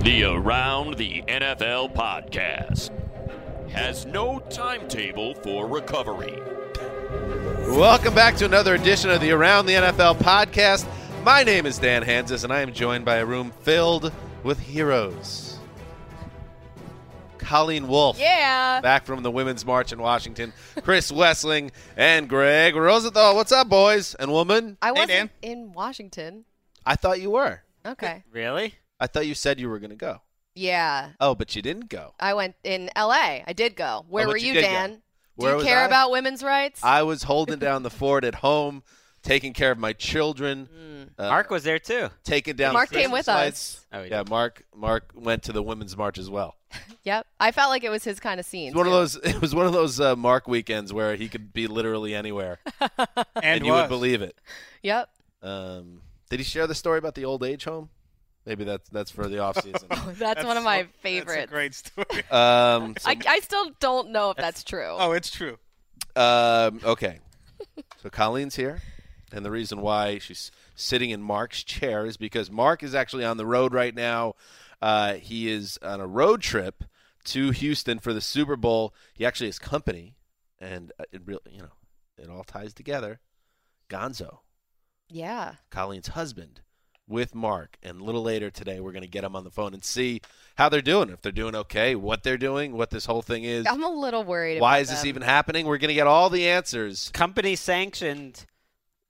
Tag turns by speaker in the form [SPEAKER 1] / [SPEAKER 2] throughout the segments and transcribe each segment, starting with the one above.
[SPEAKER 1] The Around the NFL podcast has no timetable for recovery.
[SPEAKER 2] Welcome back to another edition of the Around the NFL podcast. My name is Dan Hansis, and I am joined by a room filled with heroes. Colleen Wolf.
[SPEAKER 3] Yeah.
[SPEAKER 2] Back from the Women's March in Washington. Chris Wessling and Greg Rosenthal. What's up, boys and woman?
[SPEAKER 3] I wasn't in Washington.
[SPEAKER 2] I thought you were.
[SPEAKER 3] Okay.
[SPEAKER 4] Really?
[SPEAKER 2] I thought you said you were going to go.
[SPEAKER 3] Yeah.
[SPEAKER 2] Oh, but you didn't go.
[SPEAKER 3] I went in LA. I did go. Where
[SPEAKER 2] Oh, but
[SPEAKER 3] were
[SPEAKER 2] you
[SPEAKER 3] you,
[SPEAKER 2] did go.
[SPEAKER 3] Dan?
[SPEAKER 2] Where
[SPEAKER 3] Do you
[SPEAKER 2] was
[SPEAKER 3] care
[SPEAKER 2] I?
[SPEAKER 3] about women's rights?
[SPEAKER 2] I was holding down the fort at home, taking care of my children.
[SPEAKER 3] Mm.
[SPEAKER 2] Uh,
[SPEAKER 4] Mark was there too.
[SPEAKER 2] taking down.
[SPEAKER 3] Mark came
[SPEAKER 2] Christmas
[SPEAKER 3] with
[SPEAKER 2] lights.
[SPEAKER 4] us. Oh, he
[SPEAKER 2] yeah, Mark. Mark went to the women's march as well.
[SPEAKER 3] yep. I felt like it was his kind of scene.
[SPEAKER 2] It's one of
[SPEAKER 3] too.
[SPEAKER 2] those. It was one of those uh, Mark weekends where he could be literally anywhere, and, you would believe it.
[SPEAKER 3] Yep.
[SPEAKER 2] Um, did he share the story about the old age home? Maybe that's that's for the off season.
[SPEAKER 3] That's, one of my
[SPEAKER 5] That's
[SPEAKER 3] favorites.
[SPEAKER 5] a great story.
[SPEAKER 2] um, so,
[SPEAKER 3] I, I still don't know if that's true.
[SPEAKER 5] Oh, it's true.
[SPEAKER 2] um, okay, so Colleen's here, and the reason why she's sitting in Mark's chair is because Mark is actually on the road right now. Uh, he is on a road trip to Houston for the Super Bowl. He actually has company, and uh, it really, you know, it all ties together. Gonzo.
[SPEAKER 3] Yeah.
[SPEAKER 2] Colleen's husband with Mark. And a little later today, we're going to get them on the phone and see how they're doing. If they're doing okay, what they're doing, what this whole thing is,
[SPEAKER 3] I'm a little worried.
[SPEAKER 2] why
[SPEAKER 3] about
[SPEAKER 2] is this
[SPEAKER 3] them.
[SPEAKER 2] even happening. We're going to get all the answers.
[SPEAKER 4] Company sanctioned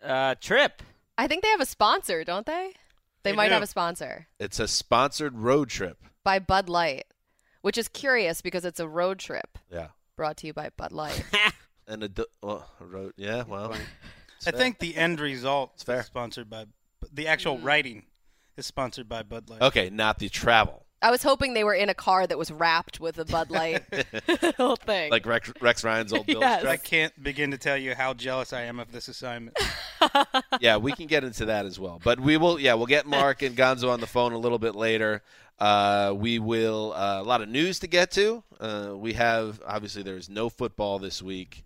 [SPEAKER 4] uh, trip.
[SPEAKER 3] I think they have a sponsor, don't they? They,
[SPEAKER 5] They
[SPEAKER 3] might
[SPEAKER 5] do.
[SPEAKER 3] have a sponsor
[SPEAKER 2] It's a sponsored road trip.
[SPEAKER 3] by Bud Light, which is curious because it's a road trip
[SPEAKER 2] Yeah.
[SPEAKER 3] brought to you by Bud Light.
[SPEAKER 2] And a d- well, a road. Yeah. Well, it's
[SPEAKER 5] I
[SPEAKER 2] fair.
[SPEAKER 5] think the end result
[SPEAKER 2] It's fair.
[SPEAKER 5] is sponsored by the
[SPEAKER 3] Mm.
[SPEAKER 5] actual writing is sponsored by Bud Light.
[SPEAKER 2] Okay, not the travel.
[SPEAKER 3] I was hoping they were in a car that was wrapped with a Bud Light whole thing.
[SPEAKER 2] Like Rex, Rex Ryan's old Bill's
[SPEAKER 3] Yes.
[SPEAKER 5] I
[SPEAKER 2] truck.
[SPEAKER 5] can't begin to tell you how jealous I am of this assignment.
[SPEAKER 2] Yeah, we can get into that as well. But we will, yeah, we'll get Mark and Gonzo on the phone a little bit later. Uh, we will, uh, a lot of news to get to. Uh, we have, obviously, there's no football this week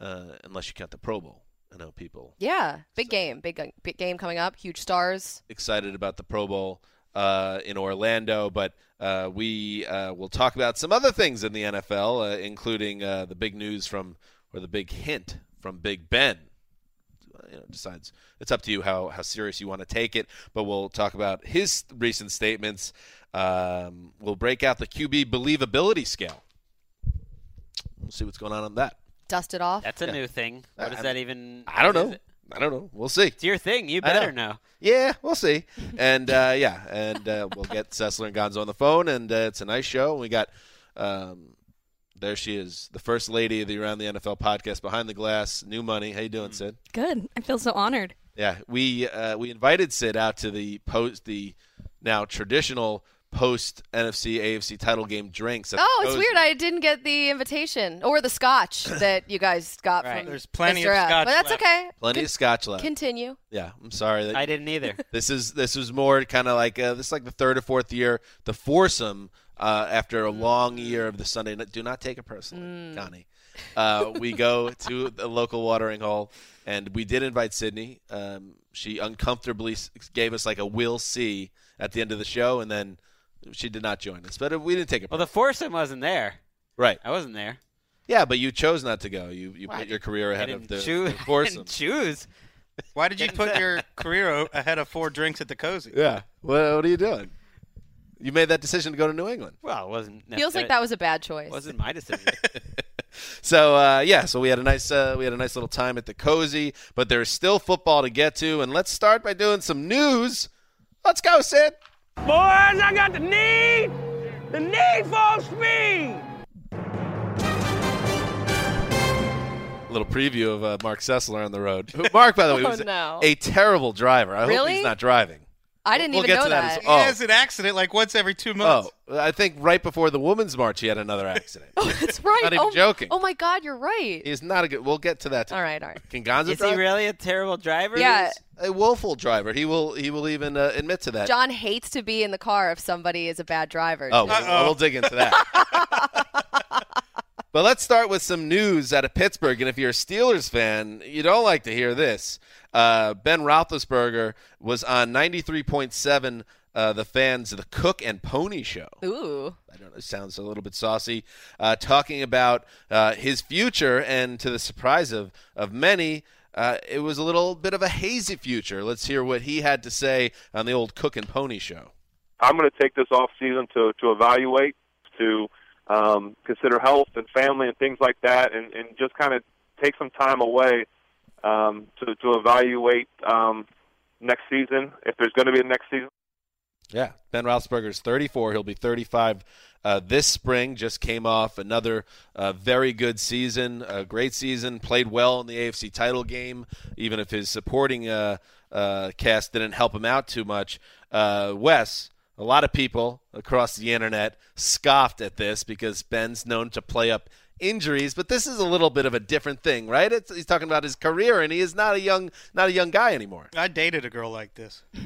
[SPEAKER 2] uh, unless you count the Pro Bowl. I know people
[SPEAKER 3] yeah, big game, big big game coming up. Huge stars.
[SPEAKER 2] excited about the Pro Bowl uh, in Orlando, but uh, we uh, will talk about some other things in the NFL, uh, including uh, the big news from, or the big hint from Big Ben. You know, decides it's up to you how, how serious you want to take it, but we'll talk about his recent statements. Um, we'll break out the QB believability scale. We'll see what's going on on that.
[SPEAKER 3] Dusted off.
[SPEAKER 4] That's a new thing. What does that even?
[SPEAKER 2] I don't
[SPEAKER 4] what is
[SPEAKER 2] know.
[SPEAKER 4] it?
[SPEAKER 2] I don't know. We'll see.
[SPEAKER 4] It's your thing. You
[SPEAKER 2] I
[SPEAKER 4] better
[SPEAKER 2] know.
[SPEAKER 4] know.
[SPEAKER 2] Yeah, we'll see. And uh, yeah, and uh, we'll get Sessler and Gonzo on the phone, and uh, it's a nice show. We got um, there she is, the first lady of the Around the NFL podcast, behind the glass, new money. How you
[SPEAKER 3] Mm.
[SPEAKER 2] doing, Sid?
[SPEAKER 6] Good. I feel so honored.
[SPEAKER 2] Yeah, we uh, we invited Sid out to the post the now traditional post NFC AFC title game drinks. at the
[SPEAKER 3] Oh, it's
[SPEAKER 2] Cozy.
[SPEAKER 3] weird. I didn't get the invitation or the scotch that you guys got
[SPEAKER 4] Right.
[SPEAKER 3] from.
[SPEAKER 5] There's plenty
[SPEAKER 3] Mr.
[SPEAKER 5] of
[SPEAKER 3] F,
[SPEAKER 5] scotch
[SPEAKER 3] but that's
[SPEAKER 5] left.
[SPEAKER 3] okay.
[SPEAKER 2] plenty of scotch left.
[SPEAKER 3] Continue.
[SPEAKER 2] yeah, I'm sorry that
[SPEAKER 4] I didn't either.
[SPEAKER 2] This is this was more kind of like uh, this is like the third or fourth year the foursome uh, after a long year of the Sunday. night- Do not take it personally,
[SPEAKER 4] Mm.
[SPEAKER 2] Connie. Uh, we go to the local watering hole, and we did invite Sydney. Um, she uncomfortably s- gave us like a "we'll see" at the end of the show, and then she did not join us. But uh, we didn't take it
[SPEAKER 4] Well, the foursome wasn't there.
[SPEAKER 2] right.
[SPEAKER 4] I wasn't there.
[SPEAKER 2] Yeah, but you chose not to go. You you
[SPEAKER 4] Well, I
[SPEAKER 2] put your career
[SPEAKER 4] I
[SPEAKER 2] ahead
[SPEAKER 4] didn't
[SPEAKER 2] of the,
[SPEAKER 4] choose.
[SPEAKER 2] the
[SPEAKER 4] I
[SPEAKER 2] foursome.
[SPEAKER 4] didn't choose.
[SPEAKER 5] Why did you put your career o- ahead of four drinks at the cozy?
[SPEAKER 2] Yeah. Well, what are you doing? You made that decision to go to New England.
[SPEAKER 4] Well, it wasn't.
[SPEAKER 3] Feels like
[SPEAKER 4] necessar-
[SPEAKER 3] that was a bad choice.
[SPEAKER 4] wasn't my decision.
[SPEAKER 2] So uh, yeah, so we had a nice uh, we had a nice little time at the cozy, but there's still football to get to, and let's start by doing some news. Let's go, Sid.
[SPEAKER 7] Boys, I got the need, the need for speed.
[SPEAKER 2] A little preview of uh, Mark Sessler on the road. Who- Mark, by the way,
[SPEAKER 3] Oh,
[SPEAKER 2] was
[SPEAKER 3] no.
[SPEAKER 2] a terrible driver. I hope
[SPEAKER 3] Really?
[SPEAKER 2] he's not driving.
[SPEAKER 3] I didn't
[SPEAKER 2] We'll
[SPEAKER 3] even
[SPEAKER 2] get
[SPEAKER 3] know
[SPEAKER 2] to that
[SPEAKER 3] that.
[SPEAKER 2] as-
[SPEAKER 5] He has an accident like once every two months.
[SPEAKER 2] Oh, I think right before the Women's March, he had another accident.
[SPEAKER 3] Oh, that's right.
[SPEAKER 2] Not even
[SPEAKER 3] oh,
[SPEAKER 2] joking.
[SPEAKER 3] Oh my God, you're right.
[SPEAKER 2] He's not a good. We'll get to that.
[SPEAKER 3] All right, all right.
[SPEAKER 2] Can Gonzo
[SPEAKER 4] Is he
[SPEAKER 2] drive?
[SPEAKER 4] really a terrible driver?
[SPEAKER 3] Yeah.
[SPEAKER 4] He's-
[SPEAKER 2] a woeful driver. He will. He will even uh, admit to that.
[SPEAKER 3] John hates to be in the car if somebody is a bad driver.
[SPEAKER 2] Oh, we'll,
[SPEAKER 5] Uh-oh.
[SPEAKER 2] we'll dig into that. but let's start with some news out of Pittsburgh. And if you're a Steelers fan, you don't like to hear this. Uh, ben Roethlisberger was on 93.7 uh, the fans of the Cook and Pony Show.
[SPEAKER 3] Ooh.
[SPEAKER 2] I don't know, it sounds a little bit saucy, uh, talking about uh, his future, and to the surprise of, of many, uh, it was a little bit of a hazy future. Let's hear what he had to say on the old Cook and Pony show.
[SPEAKER 6] I'm going to take this off season to to evaluate, to um, consider health and family and things like that, and, and just kind of take some time away um, to to evaluate um, next season if there's going to be a next season.
[SPEAKER 2] Yeah, Ben Roethlisberger's 34. He'll be 35 uh, this spring. Just came off another uh, very good season, a great season. Played well in the AFC title game, even if his supporting uh, uh, cast didn't help him out too much. Uh, Wes, a lot of people across the internet scoffed at this because Ben's known to play up injuries, but this is a little bit of a different thing, right? It's, he's talking about his career, and he is not a young, not a young guy anymore.
[SPEAKER 5] I dated a girl like this.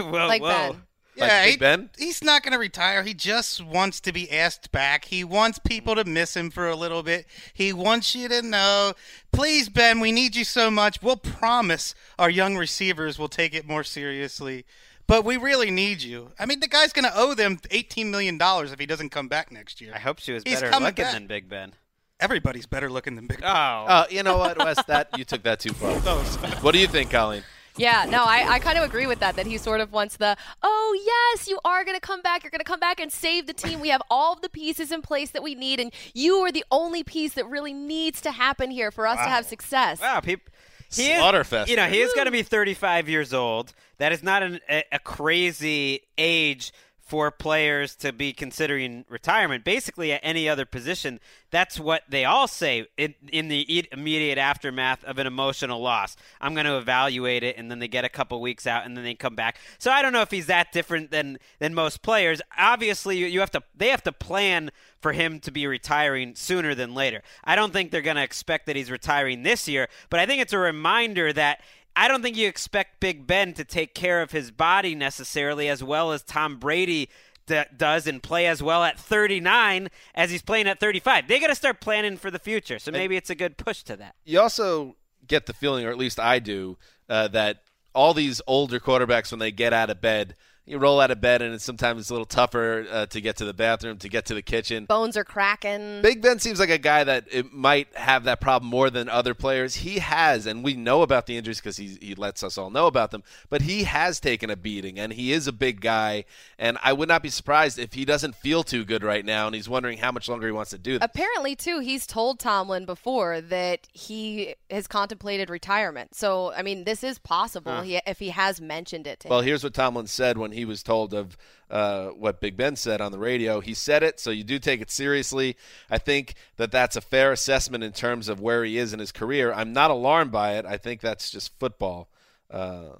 [SPEAKER 5] Oh,
[SPEAKER 4] whoa,
[SPEAKER 3] like
[SPEAKER 4] whoa.
[SPEAKER 3] Ben.
[SPEAKER 2] Like
[SPEAKER 5] yeah,
[SPEAKER 2] Big
[SPEAKER 5] he,
[SPEAKER 2] Ben?
[SPEAKER 5] he's not going to retire. He just wants to be asked back. He wants people to miss him for a little bit. He wants you to know, please, Ben, we need you so much. We'll promise our young receivers will take it more seriously, but we really need you. I mean, the guy's going to owe them $18 million if he doesn't come back next year.
[SPEAKER 4] I hope she was
[SPEAKER 5] He's
[SPEAKER 4] better
[SPEAKER 5] coming
[SPEAKER 4] looking
[SPEAKER 5] back.
[SPEAKER 4] than Big Ben.
[SPEAKER 5] Everybody's better looking than Big Ben.
[SPEAKER 4] Oh.
[SPEAKER 2] Uh, you know what, Wes? That you took that too far.
[SPEAKER 5] Oh, sorry.
[SPEAKER 2] What do you think, Colleen?
[SPEAKER 3] Yeah, no, I, I kind of agree with that, that he sort of wants the, oh, yes, you are going to come back. You're going to come back and save the team. We have all of the pieces in place that we need, and you are the only piece that really needs to happen here for us to have success.
[SPEAKER 4] Wow, peop He
[SPEAKER 2] Slaughterfest.
[SPEAKER 4] Is, you know, he is going to be 35 years old. That is not an, a, a crazy age for players to be considering retirement. Basically, at any other position, that's what they all say in, in the e- immediate aftermath of an emotional loss. I'm going to evaluate it, and then they get a couple weeks out, and then they come back. So I don't know if he's that different than than most players. Obviously, you, you have to they have to plan for him to be retiring sooner than later. I don't think they're going to expect that he's retiring this year, but I think it's a reminder that I don't think you expect Big Ben to take care of his body necessarily as well as Tom Brady d- does and play as well at 39 as he's playing at 35. They got to start planning for the future. So maybe it's a good push to that.
[SPEAKER 2] You also get the feeling, or at least I do, uh, that all these older quarterbacks, when they get out of bed, you roll out of bed, and it's sometimes it's a little tougher uh, to get to the bathroom, to get to the kitchen.
[SPEAKER 3] Bones are cracking.
[SPEAKER 2] Big Ben seems like a guy that it might have that problem more than other players. He has, and we know about the injuries because he he lets us all know about them. But he has taken a beating, and he is a big guy. And I would not be surprised if he doesn't feel too good right now, and he's wondering how much longer he wants to do this.
[SPEAKER 3] Apparently, too, he's told Tomlin before that he has contemplated retirement. So, I mean, this is possible he, if he has mentioned it to
[SPEAKER 2] Well,
[SPEAKER 3] him.
[SPEAKER 2] here's what Tomlin said when he was told of uh, what Big Ben said on the radio. He said it, so you do take it seriously. I think that that's a fair assessment in terms of where he is in his career. I'm not alarmed by it. I think that's just football. Uh,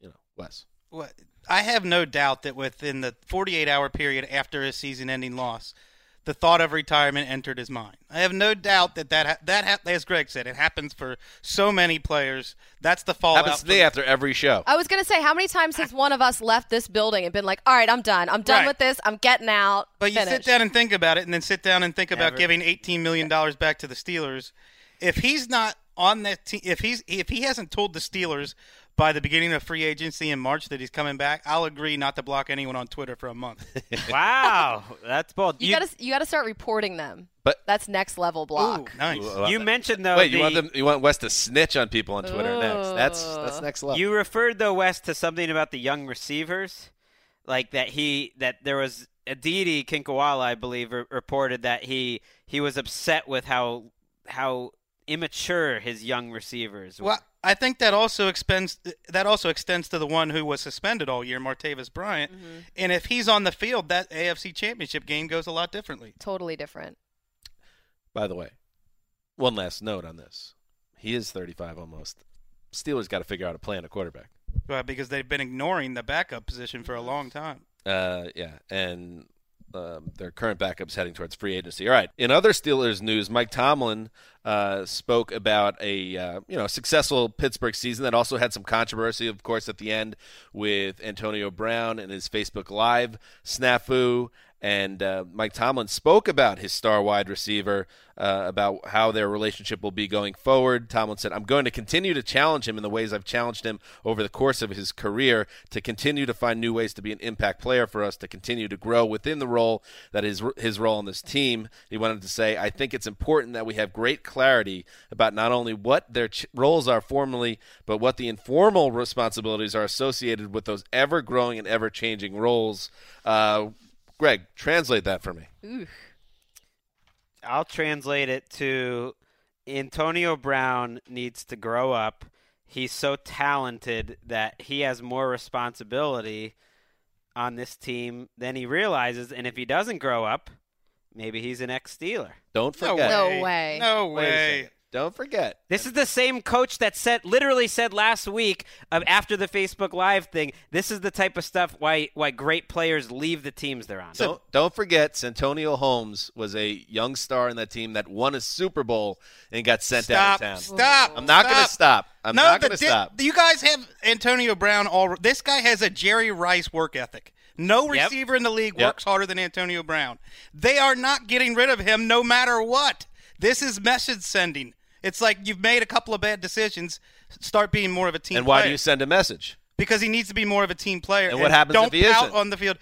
[SPEAKER 2] you know, Wes.
[SPEAKER 5] Well, I have no doubt that within the 48 hour period after his season ending loss, the thought of retirement entered his mind. I have no doubt that that, ha- that ha- as Greg said, it happens for so many players. That's the fallout.
[SPEAKER 2] Happens to
[SPEAKER 5] from-
[SPEAKER 2] me after every show.
[SPEAKER 3] I was going to say, how many times has one of us left this building and been like, all right, I'm done. I'm done
[SPEAKER 5] Right.
[SPEAKER 3] with this. I'm getting out.
[SPEAKER 5] But you sit
[SPEAKER 3] Finished."
[SPEAKER 5] down and think about it, and then sit down and think about
[SPEAKER 4] Never.
[SPEAKER 5] giving $18 million back to the Steelers. If he's not on that team, if he's if he hasn't told the Steelers by the beginning of free agency in March that he's coming back, I'll agree not to block anyone on Twitter for a month.
[SPEAKER 4] Wow, that's bold.
[SPEAKER 3] You, gotta you gotta start reporting them.
[SPEAKER 2] But-
[SPEAKER 3] that's next level block.
[SPEAKER 5] nice.
[SPEAKER 4] you mentioned though
[SPEAKER 2] Wait, you
[SPEAKER 4] Oh,
[SPEAKER 2] want
[SPEAKER 4] the-
[SPEAKER 2] them? You want Wes to snitch on people on Twitter next? That's
[SPEAKER 3] Ooh.
[SPEAKER 2] that's next level.
[SPEAKER 4] You referred though West to something about the young receivers, like that he that there was Aditi Kinkawala, I believe, re- reported that he he was upset with how how immature his young receivers were.
[SPEAKER 5] Well, I think that also expends that also extends to the one who was suspended all year, Martavis Bryant. And if he's on the field, that AFC Championship game goes a lot differently.
[SPEAKER 3] Totally different.
[SPEAKER 2] By the way, one last note on this. He is 35 almost. Steelers got to figure out a plan a quarterback.
[SPEAKER 5] Well, uh, because they've been ignoring the backup position for a long time.
[SPEAKER 2] Uh, yeah, and um, their current backups heading towards free agency. All right. In other Steelers news, Mike Tomlin uh, spoke about a uh, you know successful Pittsburgh season that also had some controversy, of course, at the end with Antonio Brown and his Facebook Live snafu. And uh, Mike Tomlin spoke about his star wide receiver, uh, about how their relationship will be going forward. Tomlin said, I'm going to continue to challenge him in the ways I've challenged him over the course of his career, to continue to find new ways to be an impact player for us, to continue to grow within the role that is his role on this team. He went on to say, I think it's important that we have great clarity about not only what their ch- roles are formally, but what the informal responsibilities are associated with those ever growing and ever changing roles. Uh, Greg, translate that for me.
[SPEAKER 4] I'll translate it to Antonio Brown needs to grow up. He's so talented that he has more responsibility on this team than he realizes. And if he doesn't grow up, maybe he's an ex Steeler.
[SPEAKER 2] Don't
[SPEAKER 5] No
[SPEAKER 2] forget.
[SPEAKER 5] way.
[SPEAKER 3] No way.
[SPEAKER 5] No
[SPEAKER 2] Wait a
[SPEAKER 5] way.
[SPEAKER 2] second. Don't forget.
[SPEAKER 4] This is the same coach that said, literally said last week of after the Facebook Live thing. This is the type of stuff why why great players leave the teams they're on.
[SPEAKER 2] Don't, don't forget, Santonio Holmes was a young star in that team that won a Super Bowl and got sent
[SPEAKER 5] Stop!
[SPEAKER 2] out of town.
[SPEAKER 5] Stop!
[SPEAKER 2] I'm not going to stop. I'm
[SPEAKER 5] no,
[SPEAKER 2] not
[SPEAKER 5] the
[SPEAKER 2] going to
[SPEAKER 5] di-
[SPEAKER 2] stop.
[SPEAKER 5] You guys have Antonio Brown. All this guy has a Jerry Rice work ethic. No
[SPEAKER 4] Yep.
[SPEAKER 5] receiver in the league
[SPEAKER 2] Yep.
[SPEAKER 5] works harder than Antonio Brown. They are not getting rid of him, no matter what. This is message sending. It's like you've made a couple of bad decisions. Start being more of a team.
[SPEAKER 2] and why
[SPEAKER 5] player.
[SPEAKER 2] do you send a message?
[SPEAKER 5] Because he needs to be more of a team player.
[SPEAKER 2] And what happens
[SPEAKER 5] don't
[SPEAKER 2] if he
[SPEAKER 5] pout
[SPEAKER 2] isn't?
[SPEAKER 5] on the field?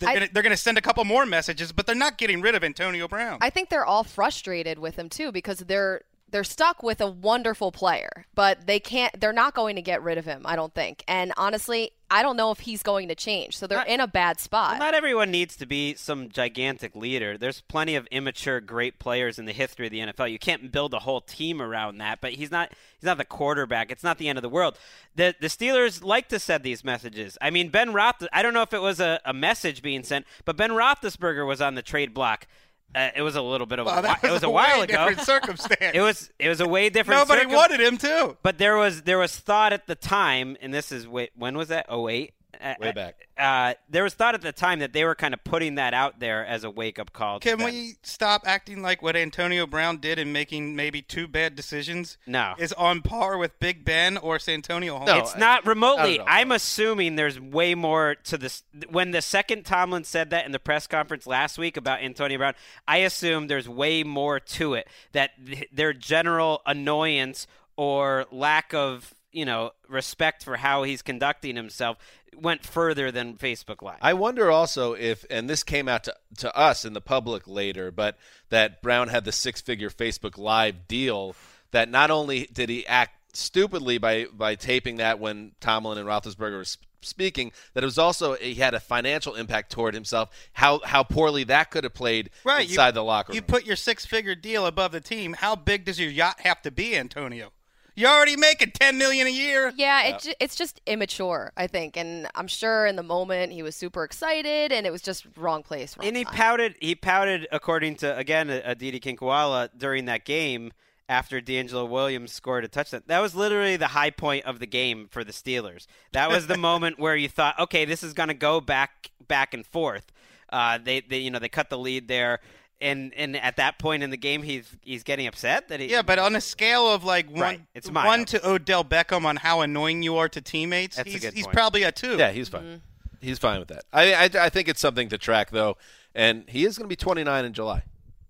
[SPEAKER 5] They're
[SPEAKER 3] I-
[SPEAKER 5] gonna- they're going to send a couple more messages, but they're not getting rid of Antonio Brown.
[SPEAKER 3] I think they're all frustrated with him too because they're they're stuck with a wonderful player, but they can't they're not going to get rid of him, I don't think. And honestly, I don't know if he's going to change. So they're in a bad spot.
[SPEAKER 4] Well, not everyone needs to be some gigantic leader. There's plenty of immature great players in the history of the NFL. You can't build a whole team around that, but he's not he's not the quarterback. It's not the end of the world. The the Steelers like to send these messages. I mean, Ben Roth I don't know if it was a, a message being sent, but Ben Roethlisberger was on the trade block. Uh, it was a little bit of
[SPEAKER 5] Wow,
[SPEAKER 4] a, whi-
[SPEAKER 5] that
[SPEAKER 4] it was a while
[SPEAKER 5] way
[SPEAKER 4] ago.
[SPEAKER 5] Different circumstance.
[SPEAKER 4] It was it was a way different
[SPEAKER 5] Nobody
[SPEAKER 4] circum-
[SPEAKER 5] wanted him too.
[SPEAKER 4] but there was there was thought at the time, and this is wait, when was that? Oh eight. Uh,
[SPEAKER 2] Way back.
[SPEAKER 4] Uh, there was thought at the time that they were kind of putting that out there as a wake up call. to
[SPEAKER 5] Can
[SPEAKER 4] them.
[SPEAKER 5] we stop acting like what Antonio Brown did in making maybe two bad decisions
[SPEAKER 4] No.
[SPEAKER 5] is on par with Big Ben or Santonio Holmes?
[SPEAKER 2] No,
[SPEAKER 4] It's not remotely.
[SPEAKER 2] all.
[SPEAKER 4] I'm assuming there's way more to this. When the second Tomlin said that in the press conference last week about Antonio Brown, I assume there's way more to it that th- their general annoyance or lack of you know respect for how he's conducting himself went further than Facebook Live.
[SPEAKER 2] I wonder also if, and this came out to, to us in the public later, but that Brown had the six figure Facebook Live deal that not only did he act stupidly by, by taping that when Tomlin and Roethlisberger were sp- speaking, that it was also, he had a financial impact toward himself, how, how poorly that could have played
[SPEAKER 5] Right, you-
[SPEAKER 2] inside the locker room.
[SPEAKER 5] You put your six figure deal above the team. How big does your yacht have to be, Antonio? You're already making ten million a year.
[SPEAKER 3] Yeah, it ju- it's just immature, I think. And I'm sure in the moment he was super excited and it was just wrong place. Wrong
[SPEAKER 4] And he
[SPEAKER 3] time.
[SPEAKER 4] pouted. He pouted, according to again Aditi Kinkwala during that game after D'Angelo Williams scored a touchdown. That was literally the high point of the game for the Steelers. That was the moment where you thought, okay, this is going to go back back and forth. Uh, they, they, you know, they cut the lead there, and and at that point in the game, he's he's getting upset that he
[SPEAKER 5] Yeah, but on a scale of like one,
[SPEAKER 4] Right, it's mild.
[SPEAKER 5] one to Odell Beckham on how annoying you are to teammates,
[SPEAKER 4] That's a
[SPEAKER 5] he's,
[SPEAKER 4] good
[SPEAKER 5] he's
[SPEAKER 4] point.
[SPEAKER 5] probably a two.
[SPEAKER 2] Yeah, he's fine. He's fine with that. I, I I think it's something to track though, and he is going to be 29 in July.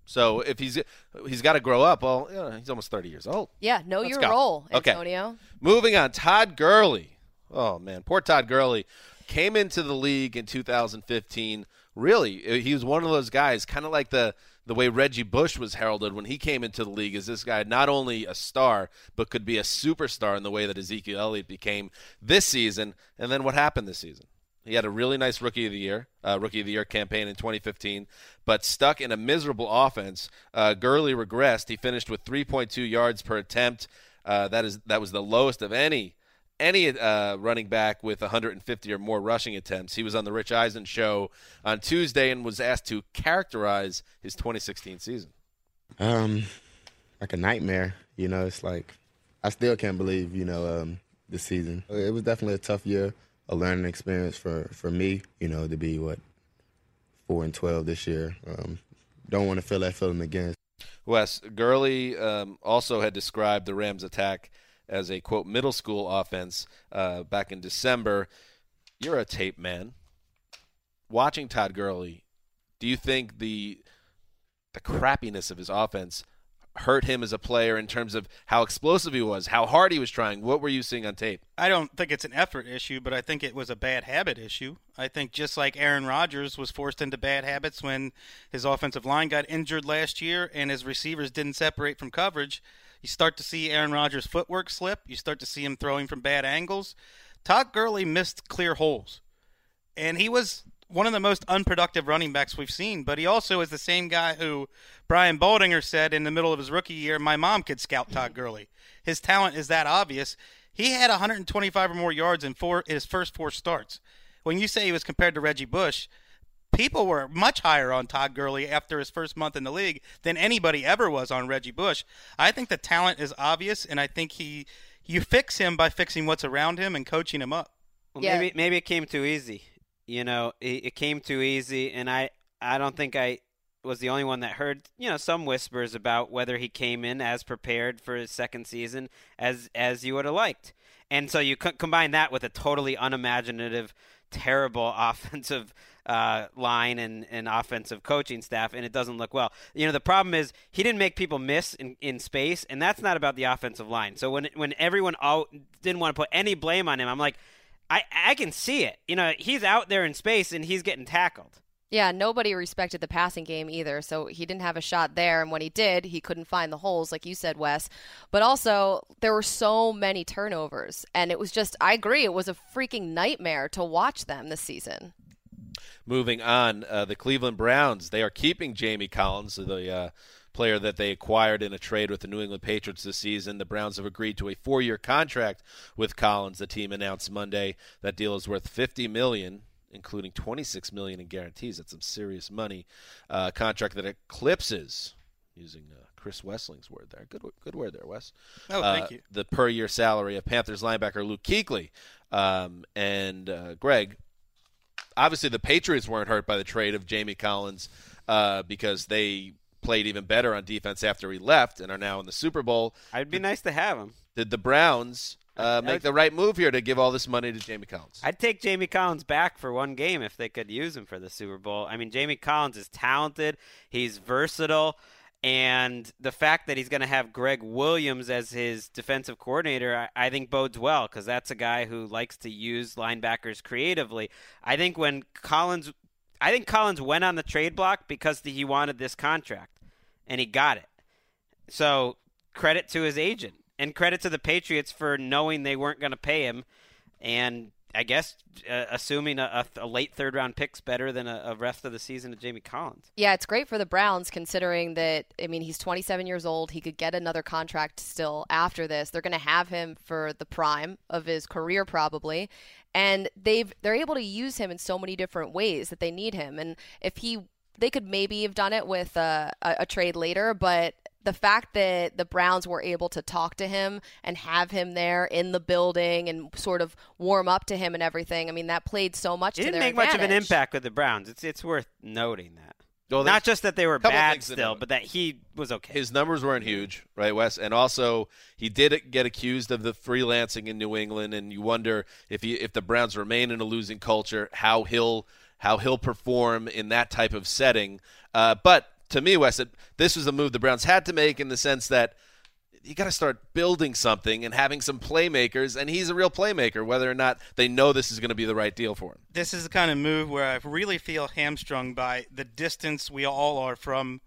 [SPEAKER 2] So if he's he's got to grow up, well, you know, he's almost 30 years old.
[SPEAKER 3] yeah, know
[SPEAKER 2] Let's
[SPEAKER 3] your
[SPEAKER 2] go.
[SPEAKER 3] role,
[SPEAKER 2] Okay.
[SPEAKER 3] Antonio.
[SPEAKER 2] Moving on, Todd Gurley. Oh man, poor Todd Gurley came into the league in 2015. Really, he was one of those guys, kind of like the the way Reggie Bush was heralded when he came into the league. Is this guy not only a star but could be a superstar in the way that Ezekiel Elliott became this season? And then what happened this season? He had a really nice rookie of the year, uh, rookie of the year campaign in 2015, but stuck in a miserable offense. Uh, Gurley regressed. He finished with 3.2 yards per attempt. Uh, that is that was the lowest of any any uh, running back with 150 or more rushing attempts. He was on the Rich Eisen show on Tuesday and was asked to characterize his 2016 season.
[SPEAKER 8] Um, like a nightmare. You know, it's like I still can't believe you know um, this season. It was definitely a tough year, a learning experience for, for me, you know, to be what, 4 and 12 this year. Um, don't want to feel that feeling again.
[SPEAKER 2] Wes Gurley um, also had described the Rams' attack as a quote middle school offense uh, back in December. You're a tape man. Watching Todd Gurley, do you think the the crappiness of his offense hurt him as a player in terms of how explosive he was, how hard he was trying? What were you seeing on tape?
[SPEAKER 5] I don't think it's an effort issue, but I think it was a bad habit issue. I think just like Aaron Rodgers was forced into bad habits when his offensive line got injured last year and his receivers didn't separate from coverage, you start to see Aaron Rodgers' footwork slip. You start to see him throwing from bad angles. Todd Gurley missed clear holes, and he was one of the most unproductive running backs we've seen. But he also is the same guy who Brian Baldinger said in the middle of his rookie year, "My mom could scout Todd Gurley. His talent is that obvious." He had 125 or more yards in four in his first four starts. When you say he was compared to Reggie Bush, people were much higher on Todd Gurley after his first month in the league than anybody ever was on Reggie Bush. I think the talent is obvious, and I think he you fix him by fixing what's around him and coaching him up.
[SPEAKER 4] Well,
[SPEAKER 3] Yeah.
[SPEAKER 4] Maybe maybe it came too easy. You know, it, it came too easy, and I I don't think I was the only one that heard you know some whispers about whether he came in as prepared for his second season as as you would have liked. And so you c- combine that with a totally unimaginative, terrible offensive uh, line and, and offensive coaching staff, and it doesn't look well. You know, the problem is he didn't make people miss in, in space, and that's not about the offensive line. So when when everyone all didn't want to put any blame on him, I'm like, I I can see it. You know, he's out there in space and he's getting tackled.
[SPEAKER 3] Yeah, nobody respected the passing game either, so he didn't have a shot there. And when he did, he couldn't find the holes, like you said, Wes. But also, there were so many turnovers, and it was just, I agree, it was a freaking nightmare to watch them this season.
[SPEAKER 2] Moving on, uh, the Cleveland Browns, they are keeping Jamie Collins, the uh, player that they acquired in a trade with the New England Patriots this season. The Browns have agreed to a four-year contract with Collins. The team announced Monday that deal is worth 50 million, including 26 million in guarantees. That's some serious money. Uh, contract that eclipses, using uh, Chris Wessling's word there. Good, good word there, Wes
[SPEAKER 5] Oh,
[SPEAKER 2] uh,
[SPEAKER 5] thank you.
[SPEAKER 2] The per year salary of Panthers linebacker Luke Kuechly um, and uh, Greg. Obviously, the Patriots weren't hurt by the trade of Jamie Collins uh, because they played even better on defense after he left and are now in the Super Bowl.
[SPEAKER 4] It'd be nice to have him.
[SPEAKER 2] Did the Browns uh,
[SPEAKER 4] would-
[SPEAKER 2] make the right move here to give all this money to Jamie Collins?
[SPEAKER 4] I'd take Jamie Collins back for one game if they could use him for the Super Bowl. I mean, Jamie Collins is talented, he's versatile, and the fact that he's going to have Greg Williams as his defensive coordinator, I, I think bodes well because that's a guy who likes to use linebackers creatively. I think when Collins, I think Collins went on the trade block because he wanted this contract, and he got it. So credit to his agent and credit to the Patriots for knowing they weren't going to pay him, and I guess uh, assuming a, a, a late third round pick's better than a, a rest of the season of Jamie Collins.
[SPEAKER 3] Yeah, it's great for the Browns considering that, I mean, he's 27 years old. He could get another contract still after this. They're going to have him for the prime of his career probably. And they've they're able to use him in so many different ways that they need him. And if he they could maybe have done it with uh, a, a trade later, but the fact that the Browns were able to talk to him and have him there in the building and sort of warm up to him and everything, I mean, that played so much
[SPEAKER 4] It
[SPEAKER 3] to
[SPEAKER 4] didn't
[SPEAKER 3] their
[SPEAKER 4] make much of an
[SPEAKER 3] advantage.
[SPEAKER 4] impact with the Browns. It's it's worth noting that.
[SPEAKER 2] Well,
[SPEAKER 4] Not just that they were
[SPEAKER 2] couple
[SPEAKER 4] bad
[SPEAKER 2] things to
[SPEAKER 4] still,
[SPEAKER 2] note.
[SPEAKER 4] but that he was okay.
[SPEAKER 2] his numbers weren't huge, right, Wes? And also, he did get accused of the freelancing in New England, and you wonder if he, if the Browns remain in a losing culture, how he'll how he'll perform in that type of setting. Uh, but to me, Wes, it, this was a move the Browns had to make in the sense that you got to start building something and having some playmakers, and he's a real playmaker, whether or not they know this is going to be the right deal for him.
[SPEAKER 5] This is the kind of move where I really feel hamstrung by the distance we all are from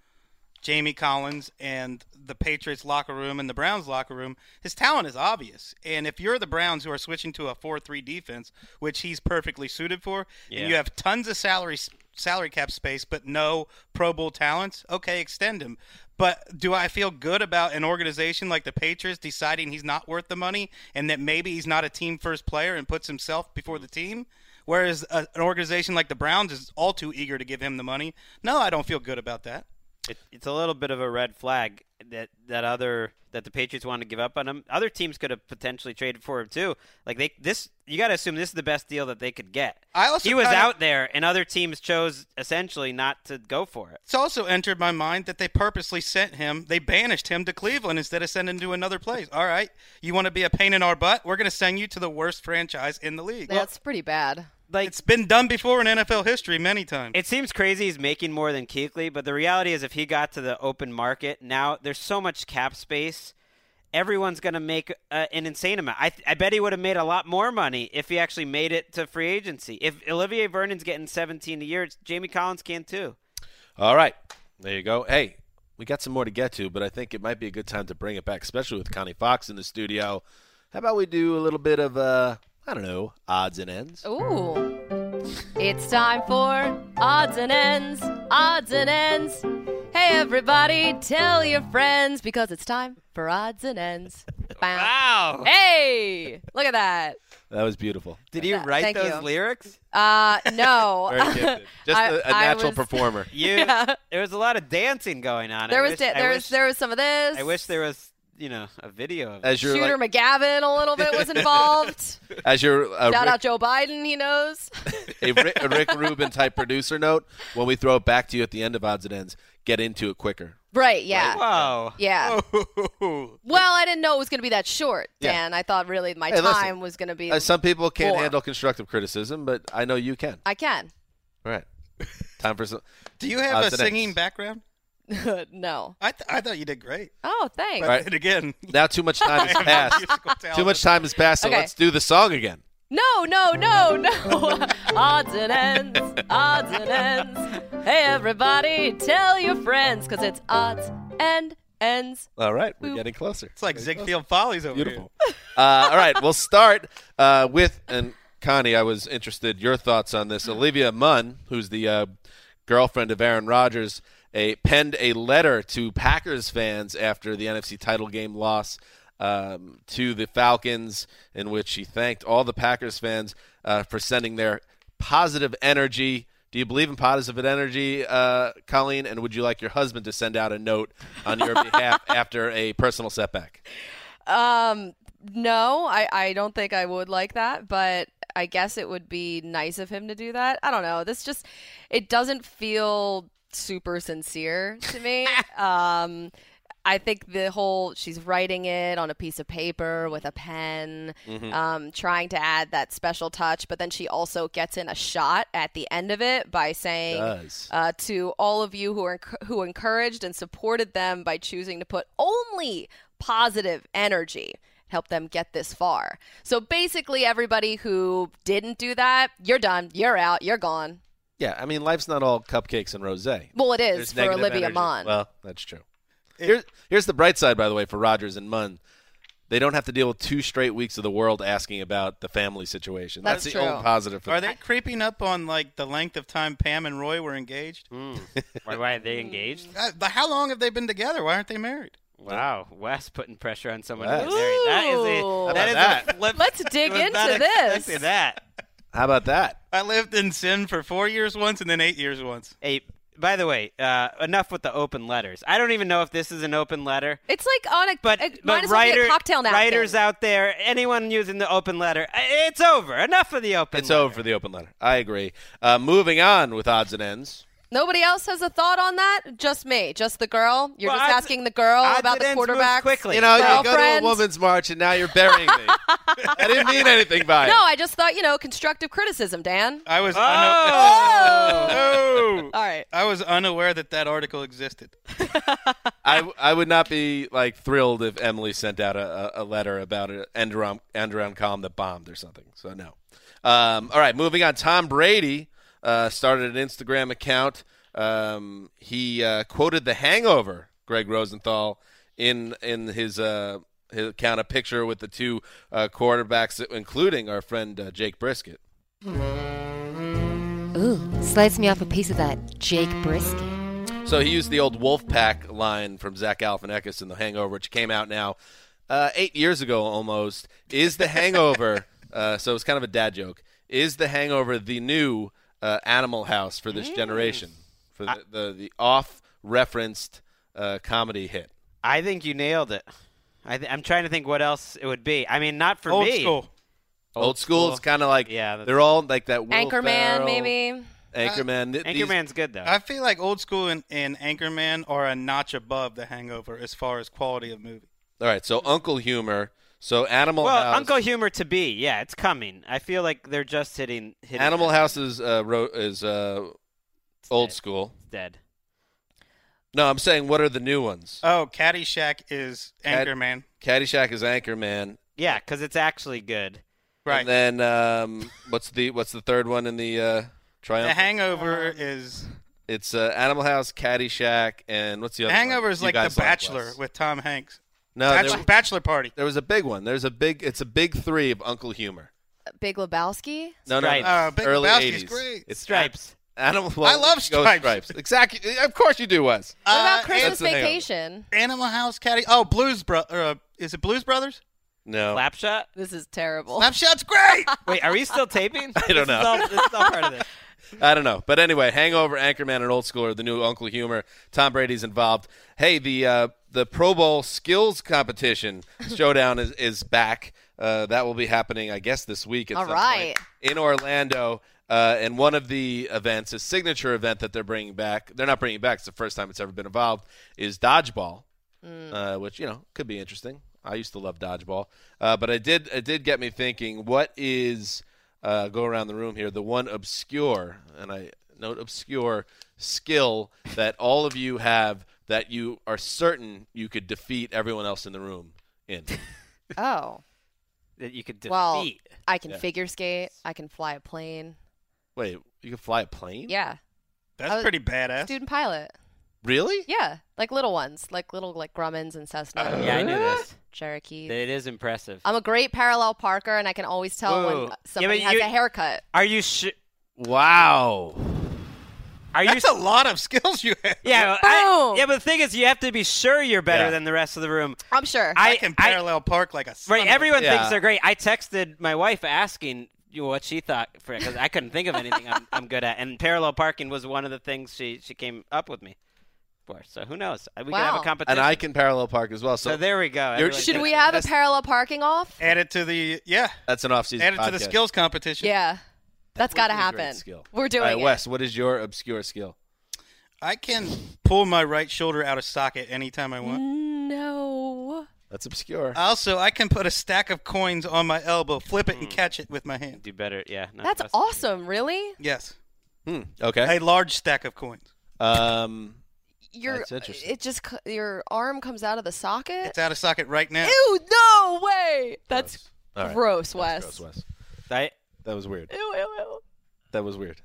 [SPEAKER 5] Jamie Collins and the Patriots locker room and the Browns locker room, his talent is obvious. And if you're the Browns who are switching to a 4-3 defense, which he's perfectly suited for,
[SPEAKER 4] Yeah.
[SPEAKER 5] and you have tons of salary salary cap space but no Pro Bowl talents, okay, extend him. But do I feel good about an organization like the Patriots deciding he's not worth the money and that maybe he's not a team first player and puts himself before the team? Whereas a, an organization like the Browns is all too eager to give him the money. No, I don't feel good about that.
[SPEAKER 4] It, it's a little bit of a red flag that that other that the Patriots want to give up on him. Other teams could have potentially traded for him too. Like they this you got to assume this is the best deal that they could get.
[SPEAKER 5] I also
[SPEAKER 4] he was
[SPEAKER 5] kinda-
[SPEAKER 4] out there, and other teams chose essentially not to go for it.
[SPEAKER 5] It's also entered my mind that they purposely sent him, they banished him to Cleveland instead of sending him to another place. All right, you want to be a pain in our butt? We're going to send you to the worst franchise in the league.
[SPEAKER 3] That's pretty bad.
[SPEAKER 4] Like
[SPEAKER 5] it's been done before in NFL history many times.
[SPEAKER 4] It seems crazy he's making more than Keekly, but the reality is if he got to the open market now, there's so much cap space. Everyone's going to make uh, an insane amount. I, I bet he would have made a lot more money if he actually made it to free agency. If Olivier Vernon's getting 17 a year, it's- Jamie Collins can too.
[SPEAKER 2] All right. There you go. Hey, we got some more to get to, but I think it might be a good time to bring it back, especially with Connie Fox in the studio. How about we do a little bit of, uh, I don't know, odds and
[SPEAKER 3] Oh.
[SPEAKER 2] ends?
[SPEAKER 3] Ooh. It's time for odds and ends, odds and ends. Hey, everybody, tell your friends because it's time for odds and ends. Bow.
[SPEAKER 4] Wow.
[SPEAKER 3] Hey, look at that.
[SPEAKER 2] That was beautiful.
[SPEAKER 4] Did he
[SPEAKER 3] Th-
[SPEAKER 4] write
[SPEAKER 3] thank
[SPEAKER 4] those
[SPEAKER 3] you.
[SPEAKER 4] lyrics?
[SPEAKER 3] Uh, no.
[SPEAKER 2] Very gifted. Just
[SPEAKER 3] I-
[SPEAKER 2] a a
[SPEAKER 3] I
[SPEAKER 2] natural
[SPEAKER 3] was-
[SPEAKER 2] performer.
[SPEAKER 4] You, There was a lot of dancing going on.
[SPEAKER 3] there
[SPEAKER 4] I
[SPEAKER 3] was
[SPEAKER 4] wish,
[SPEAKER 3] da-
[SPEAKER 4] I
[SPEAKER 3] there was
[SPEAKER 4] wish-
[SPEAKER 3] there was some of this.
[SPEAKER 4] I wish there was, you know, a video of it.
[SPEAKER 2] As you're,
[SPEAKER 3] Shooter
[SPEAKER 2] like,
[SPEAKER 3] McGavin a little bit was involved.
[SPEAKER 2] as you're a,
[SPEAKER 3] Shout out
[SPEAKER 2] Rick,
[SPEAKER 3] Joe Biden, he knows.
[SPEAKER 2] a, Rick, a Rick Rubin type producer note, when we throw it back to you at the end of odds and ends, get into it quicker.
[SPEAKER 3] Right? Yeah.
[SPEAKER 4] Whoa.
[SPEAKER 3] Yeah. Well, I didn't know it was going to be that short,
[SPEAKER 2] Yeah.
[SPEAKER 3] Dan. I thought really my
[SPEAKER 2] Hey,
[SPEAKER 3] time
[SPEAKER 2] listen.
[SPEAKER 3] was going to be.
[SPEAKER 2] Uh, some people can't
[SPEAKER 3] Four.
[SPEAKER 2] handle constructive criticism, but I know you can.
[SPEAKER 3] I can.
[SPEAKER 2] All right. Time for some.
[SPEAKER 5] Do you have
[SPEAKER 2] Odds
[SPEAKER 5] a
[SPEAKER 2] and
[SPEAKER 5] singing
[SPEAKER 2] ends.
[SPEAKER 5] background?
[SPEAKER 3] no.
[SPEAKER 5] I, th- I thought you did great.
[SPEAKER 3] Oh, thanks.
[SPEAKER 5] But
[SPEAKER 2] Right.
[SPEAKER 5] then again,
[SPEAKER 2] Now too much time has passed.
[SPEAKER 5] musical
[SPEAKER 2] too
[SPEAKER 5] talent.
[SPEAKER 2] much time has passed, so
[SPEAKER 3] Okay.
[SPEAKER 2] let's do the song again.
[SPEAKER 3] No, no, no, no. odds and ends. Odds and ends. Hey, everybody, tell your friends because it's odds and ends.
[SPEAKER 2] All right, we're
[SPEAKER 3] Boop.
[SPEAKER 2] getting closer.
[SPEAKER 5] It's like Ziegfeld Follies over
[SPEAKER 2] Beautiful. Uh, all right, we'll start uh, with and Connie. I was interested your thoughts on this. Olivia Munn, who's the uh, girlfriend of Aaron Rodgers, a, penned a letter to Packers fans after the NFC title game loss um, to the Falcons, in which she thanked all the Packers fans uh, for sending their positive energy. Do you believe in positive energy, uh, Colleen? And would you like your husband to send out a note on your behalf after a personal setback?
[SPEAKER 3] Um, no, I, I don't think I would like that, but I guess it would be nice of him to do that. I don't know. This just it doesn't feel super sincere to me. um I think the whole she's writing it on a piece of paper with a pen,
[SPEAKER 2] Mm-hmm.
[SPEAKER 3] um, trying to add that special touch, but then she also gets in a shot at the end of it by saying,
[SPEAKER 2] Does.
[SPEAKER 3] uh, to all of you who are who encouraged and supported them by choosing to put only positive energy help them get this far. So basically everybody who didn't do that, you're done, you're out, you're gone.
[SPEAKER 2] Yeah, I mean, life's not all cupcakes and rosé.
[SPEAKER 3] Well, it
[SPEAKER 2] There's
[SPEAKER 3] is for
[SPEAKER 2] negative
[SPEAKER 3] Olivia
[SPEAKER 2] energy.
[SPEAKER 3] Munn.
[SPEAKER 2] Well, that's true. Here's, here's the bright side, by the way, for Rogers and Munn. They don't have to deal with two straight weeks of the world asking about the family situation. That's,
[SPEAKER 3] That's
[SPEAKER 2] the
[SPEAKER 3] true.
[SPEAKER 2] only positive for
[SPEAKER 5] Are
[SPEAKER 2] them.
[SPEAKER 5] they creeping up on like the length of time Pam and Roy were engaged?
[SPEAKER 2] Mm.
[SPEAKER 4] Why, why are they engaged?
[SPEAKER 5] Uh, but how long have they been together? Why aren't they married?
[SPEAKER 4] Wow, Wes putting pressure on someone.
[SPEAKER 2] Wes.
[SPEAKER 4] To get married. That is
[SPEAKER 3] Ooh.
[SPEAKER 4] a,
[SPEAKER 2] How
[SPEAKER 4] that is
[SPEAKER 2] about
[SPEAKER 4] a flip.
[SPEAKER 3] Let's dig
[SPEAKER 4] was not
[SPEAKER 3] into this.
[SPEAKER 4] expecting That.
[SPEAKER 2] How about that?
[SPEAKER 5] I lived in sin for four years once, and then eight years once.
[SPEAKER 4] Hey, by the way, uh, enough with the open letters. I don't even know if this is an open letter.
[SPEAKER 3] It's like on a
[SPEAKER 4] But,
[SPEAKER 3] it might
[SPEAKER 4] but
[SPEAKER 3] as well be a
[SPEAKER 4] writer-
[SPEAKER 3] cocktail napkin.
[SPEAKER 4] writers out there, anyone using the open letter, I- it's over. Enough of the open
[SPEAKER 2] It's
[SPEAKER 4] letter.
[SPEAKER 2] over for the open letter. I agree. Uh, moving on with odds and ends.
[SPEAKER 3] Nobody else has a thought on that? Just me, just the girl. You're
[SPEAKER 4] Well,
[SPEAKER 3] just
[SPEAKER 4] odds-
[SPEAKER 3] asking the girl
[SPEAKER 4] odds
[SPEAKER 3] about
[SPEAKER 4] and
[SPEAKER 3] the
[SPEAKER 4] ends moves
[SPEAKER 3] quarterback.
[SPEAKER 4] quickly.
[SPEAKER 2] You know, you go to a
[SPEAKER 3] Girlfriends.
[SPEAKER 2] woman's march and now you're burying me. I didn't mean anything by it.
[SPEAKER 3] No, I just thought, you know, constructive criticism, Dan.
[SPEAKER 5] I was
[SPEAKER 4] Oh!
[SPEAKER 5] uno-
[SPEAKER 3] All right.
[SPEAKER 5] I was unaware that that article existed.
[SPEAKER 2] I, I would not be like thrilled if Emily sent out a, a a letter about an Enderon, Enderon column that bombed or something. So no. Um, all right, moving on. Tom Brady uh, started an Instagram account. Um, he uh, quoted The Hangover, Greg Rosenthal, in in his uh, his account a picture with the two uh, quarterbacks, including our friend uh, Jake Brisket.
[SPEAKER 9] Ooh, slice me off a piece of that Jake brisket.
[SPEAKER 2] So he used the old Wolfpack line from Zach Galifianakis in The Hangover, which came out now uh, eight years ago almost. Is The Hangover? uh, so it's kind of
[SPEAKER 4] Mm.
[SPEAKER 2] a dad joke. Is The Hangover the new uh, Animal House for this generation? for the the, the off referenced uh, comedy hit.
[SPEAKER 4] I think you nailed it. I th- I'm trying to think what else it would be. I mean, not for
[SPEAKER 5] Old
[SPEAKER 4] me.
[SPEAKER 5] school.
[SPEAKER 2] Old, school is kind of like
[SPEAKER 4] Yeah, that's-
[SPEAKER 2] they're all like that. Will
[SPEAKER 3] Anchorman,
[SPEAKER 2] Ferrell,
[SPEAKER 3] maybe.
[SPEAKER 2] Anchorman. th- these-
[SPEAKER 4] Anchorman's good though.
[SPEAKER 5] I feel like old school and, and Anchorman are a notch above The Hangover as far as quality of movie.
[SPEAKER 2] all right, so Uncle Humor. So Animal
[SPEAKER 4] well,
[SPEAKER 2] House.
[SPEAKER 4] Uncle Humor to be, yeah, it's coming. I feel like they're just hitting. hitting
[SPEAKER 2] Animal House is uh, ro- is uh,
[SPEAKER 4] It's
[SPEAKER 2] old
[SPEAKER 4] dead.
[SPEAKER 2] school.
[SPEAKER 4] It's dead.
[SPEAKER 2] No, I'm saying what are the new ones?
[SPEAKER 5] Oh, Caddyshack is
[SPEAKER 2] Cad-
[SPEAKER 5] Anchorman.
[SPEAKER 2] Caddyshack is Anchorman.
[SPEAKER 4] Yeah, because it's actually good.
[SPEAKER 2] And
[SPEAKER 5] Right.
[SPEAKER 2] then um, what's the what's the third one in the uh,
[SPEAKER 5] The
[SPEAKER 2] triumph?
[SPEAKER 5] Hangover is
[SPEAKER 2] it's uh, Animal House, Caddyshack, and what's the
[SPEAKER 5] The
[SPEAKER 2] other?
[SPEAKER 5] Hangover
[SPEAKER 2] one?
[SPEAKER 5] is
[SPEAKER 2] You
[SPEAKER 5] like The
[SPEAKER 2] guys like
[SPEAKER 5] Bachelor
[SPEAKER 2] less.
[SPEAKER 5] with Tom Hanks.
[SPEAKER 2] no, there,
[SPEAKER 5] Bachelor,
[SPEAKER 2] w-
[SPEAKER 5] bachelor Party.
[SPEAKER 2] there was a big one. There's a big. It's a big three of Uncle Humor.
[SPEAKER 3] Big Lebowski.
[SPEAKER 2] No, no,
[SPEAKER 4] Stripes.
[SPEAKER 2] no,
[SPEAKER 5] Oh, Big
[SPEAKER 2] early
[SPEAKER 5] Lebowski's
[SPEAKER 2] 80s.
[SPEAKER 5] great.
[SPEAKER 2] It's
[SPEAKER 4] Stripes.
[SPEAKER 2] Animal.
[SPEAKER 5] I love
[SPEAKER 2] go
[SPEAKER 5] Stripes.
[SPEAKER 2] Exactly. Of course you do, Wes.
[SPEAKER 3] What
[SPEAKER 5] Uh,
[SPEAKER 3] about Christmas
[SPEAKER 2] that's the hangover.
[SPEAKER 3] Vacation?
[SPEAKER 5] Animal House Caddy. Oh, Blues Bro. or, Uh, is it Blues Brothers?
[SPEAKER 2] No,
[SPEAKER 4] Slapshot.
[SPEAKER 3] This is
[SPEAKER 4] Oh.
[SPEAKER 3] terrible.
[SPEAKER 5] Snapshot's great.
[SPEAKER 4] Wait, are we still taping? I
[SPEAKER 2] don't know.
[SPEAKER 4] This is all, this is all part of this.
[SPEAKER 2] I don't know. But anyway, Hangover, Anchorman, and Old School are the new Uncle Humor. Tom Brady's involved. Hey, the uh, the Pro Bowl skills competition showdown is is back. Uh, that will be happening, I guess, this week. At
[SPEAKER 3] All
[SPEAKER 2] some
[SPEAKER 3] right.
[SPEAKER 2] point in Orlando. Uh, and one of the events, a signature event that they're bringing back, they're not bringing it back. It's the first time it's ever been involved. Is dodgeball,
[SPEAKER 3] Mm.
[SPEAKER 2] uh, which you know could be interesting. I used to love dodgeball, uh, but it did it did get me thinking. What is uh, go around the room here? The one obscure, and I note obscure skill that all of you have that you are certain you could defeat everyone else in the room in.
[SPEAKER 3] Oh,
[SPEAKER 4] That you could defeat.
[SPEAKER 3] well, I can
[SPEAKER 2] Yeah.
[SPEAKER 3] figure skate. I can fly a plane.
[SPEAKER 2] Wait, you can fly a plane?
[SPEAKER 3] Yeah,
[SPEAKER 5] That's
[SPEAKER 3] I was-
[SPEAKER 5] pretty badass.
[SPEAKER 3] student pilot.
[SPEAKER 2] Really?
[SPEAKER 3] Yeah, like little ones, like little like Grumman's and Cessna,
[SPEAKER 4] yeah, I knew this.
[SPEAKER 3] uh, Cherokee.
[SPEAKER 4] It is impressive.
[SPEAKER 3] I'm a great parallel parker, and I can always tell
[SPEAKER 4] Whoa.
[SPEAKER 3] when
[SPEAKER 4] Yeah,
[SPEAKER 3] somebody
[SPEAKER 4] but
[SPEAKER 3] has
[SPEAKER 4] you-
[SPEAKER 3] a haircut.
[SPEAKER 4] Are you sh-
[SPEAKER 2] Wow.
[SPEAKER 4] Are you?
[SPEAKER 5] That's a lot of skills you have.
[SPEAKER 4] yeah, I-
[SPEAKER 3] Boom.
[SPEAKER 4] yeah, but the thing is, you have to be sure you're better
[SPEAKER 2] Yeah.
[SPEAKER 4] than the rest of the room.
[SPEAKER 3] I'm sure.
[SPEAKER 5] I,
[SPEAKER 4] I-
[SPEAKER 5] can
[SPEAKER 4] I-
[SPEAKER 5] parallel park like a son
[SPEAKER 4] Right,
[SPEAKER 5] of a-
[SPEAKER 4] everyone
[SPEAKER 2] Yeah.
[SPEAKER 4] thinks they're great. I texted my wife asking you know, what she thought for because I couldn't think of anything I'm, I'm good at, and parallel parking was one of the things she she came up with me for. So who knows? We could have a
[SPEAKER 3] Wow.
[SPEAKER 4] competition.
[SPEAKER 2] And I can parallel park as well. So,
[SPEAKER 4] so, there we go.
[SPEAKER 2] You're-
[SPEAKER 4] Everyone-
[SPEAKER 3] Should we have a
[SPEAKER 2] That's-
[SPEAKER 3] parallel parking off?
[SPEAKER 5] Add it to the yeah.
[SPEAKER 2] that's an off-season
[SPEAKER 5] Add it to the
[SPEAKER 2] podcast.
[SPEAKER 5] skills competition.
[SPEAKER 3] Yeah, that's
[SPEAKER 2] Would
[SPEAKER 3] got to
[SPEAKER 2] be a great
[SPEAKER 3] happen.
[SPEAKER 2] skill.
[SPEAKER 3] We're doing
[SPEAKER 2] All right,
[SPEAKER 3] it.
[SPEAKER 2] Wes, what is your obscure skill?
[SPEAKER 5] I can pull my right shoulder out of socket anytime I
[SPEAKER 3] Mm.
[SPEAKER 5] want.
[SPEAKER 3] No.
[SPEAKER 2] That's obscure.
[SPEAKER 5] Also, I can put a stack of coins on my elbow, flip
[SPEAKER 4] Hmm.
[SPEAKER 5] it, and catch it with my hand.
[SPEAKER 4] do better? Yeah, not
[SPEAKER 3] That's
[SPEAKER 4] us.
[SPEAKER 3] awesome, really?
[SPEAKER 5] Yes,
[SPEAKER 2] Hmm, okay.
[SPEAKER 5] a large stack of coins.
[SPEAKER 2] Um,
[SPEAKER 3] Your
[SPEAKER 2] That's interesting.
[SPEAKER 3] it just co- your arm comes out of the socket.
[SPEAKER 5] It's out of socket right now.
[SPEAKER 3] Eh. Ew, no way. That's
[SPEAKER 2] all right.
[SPEAKER 3] gross, Wes.
[SPEAKER 2] That's gross, Wes.
[SPEAKER 4] I-
[SPEAKER 2] That was weird.
[SPEAKER 3] Ew, ew, ew.
[SPEAKER 2] That was weird.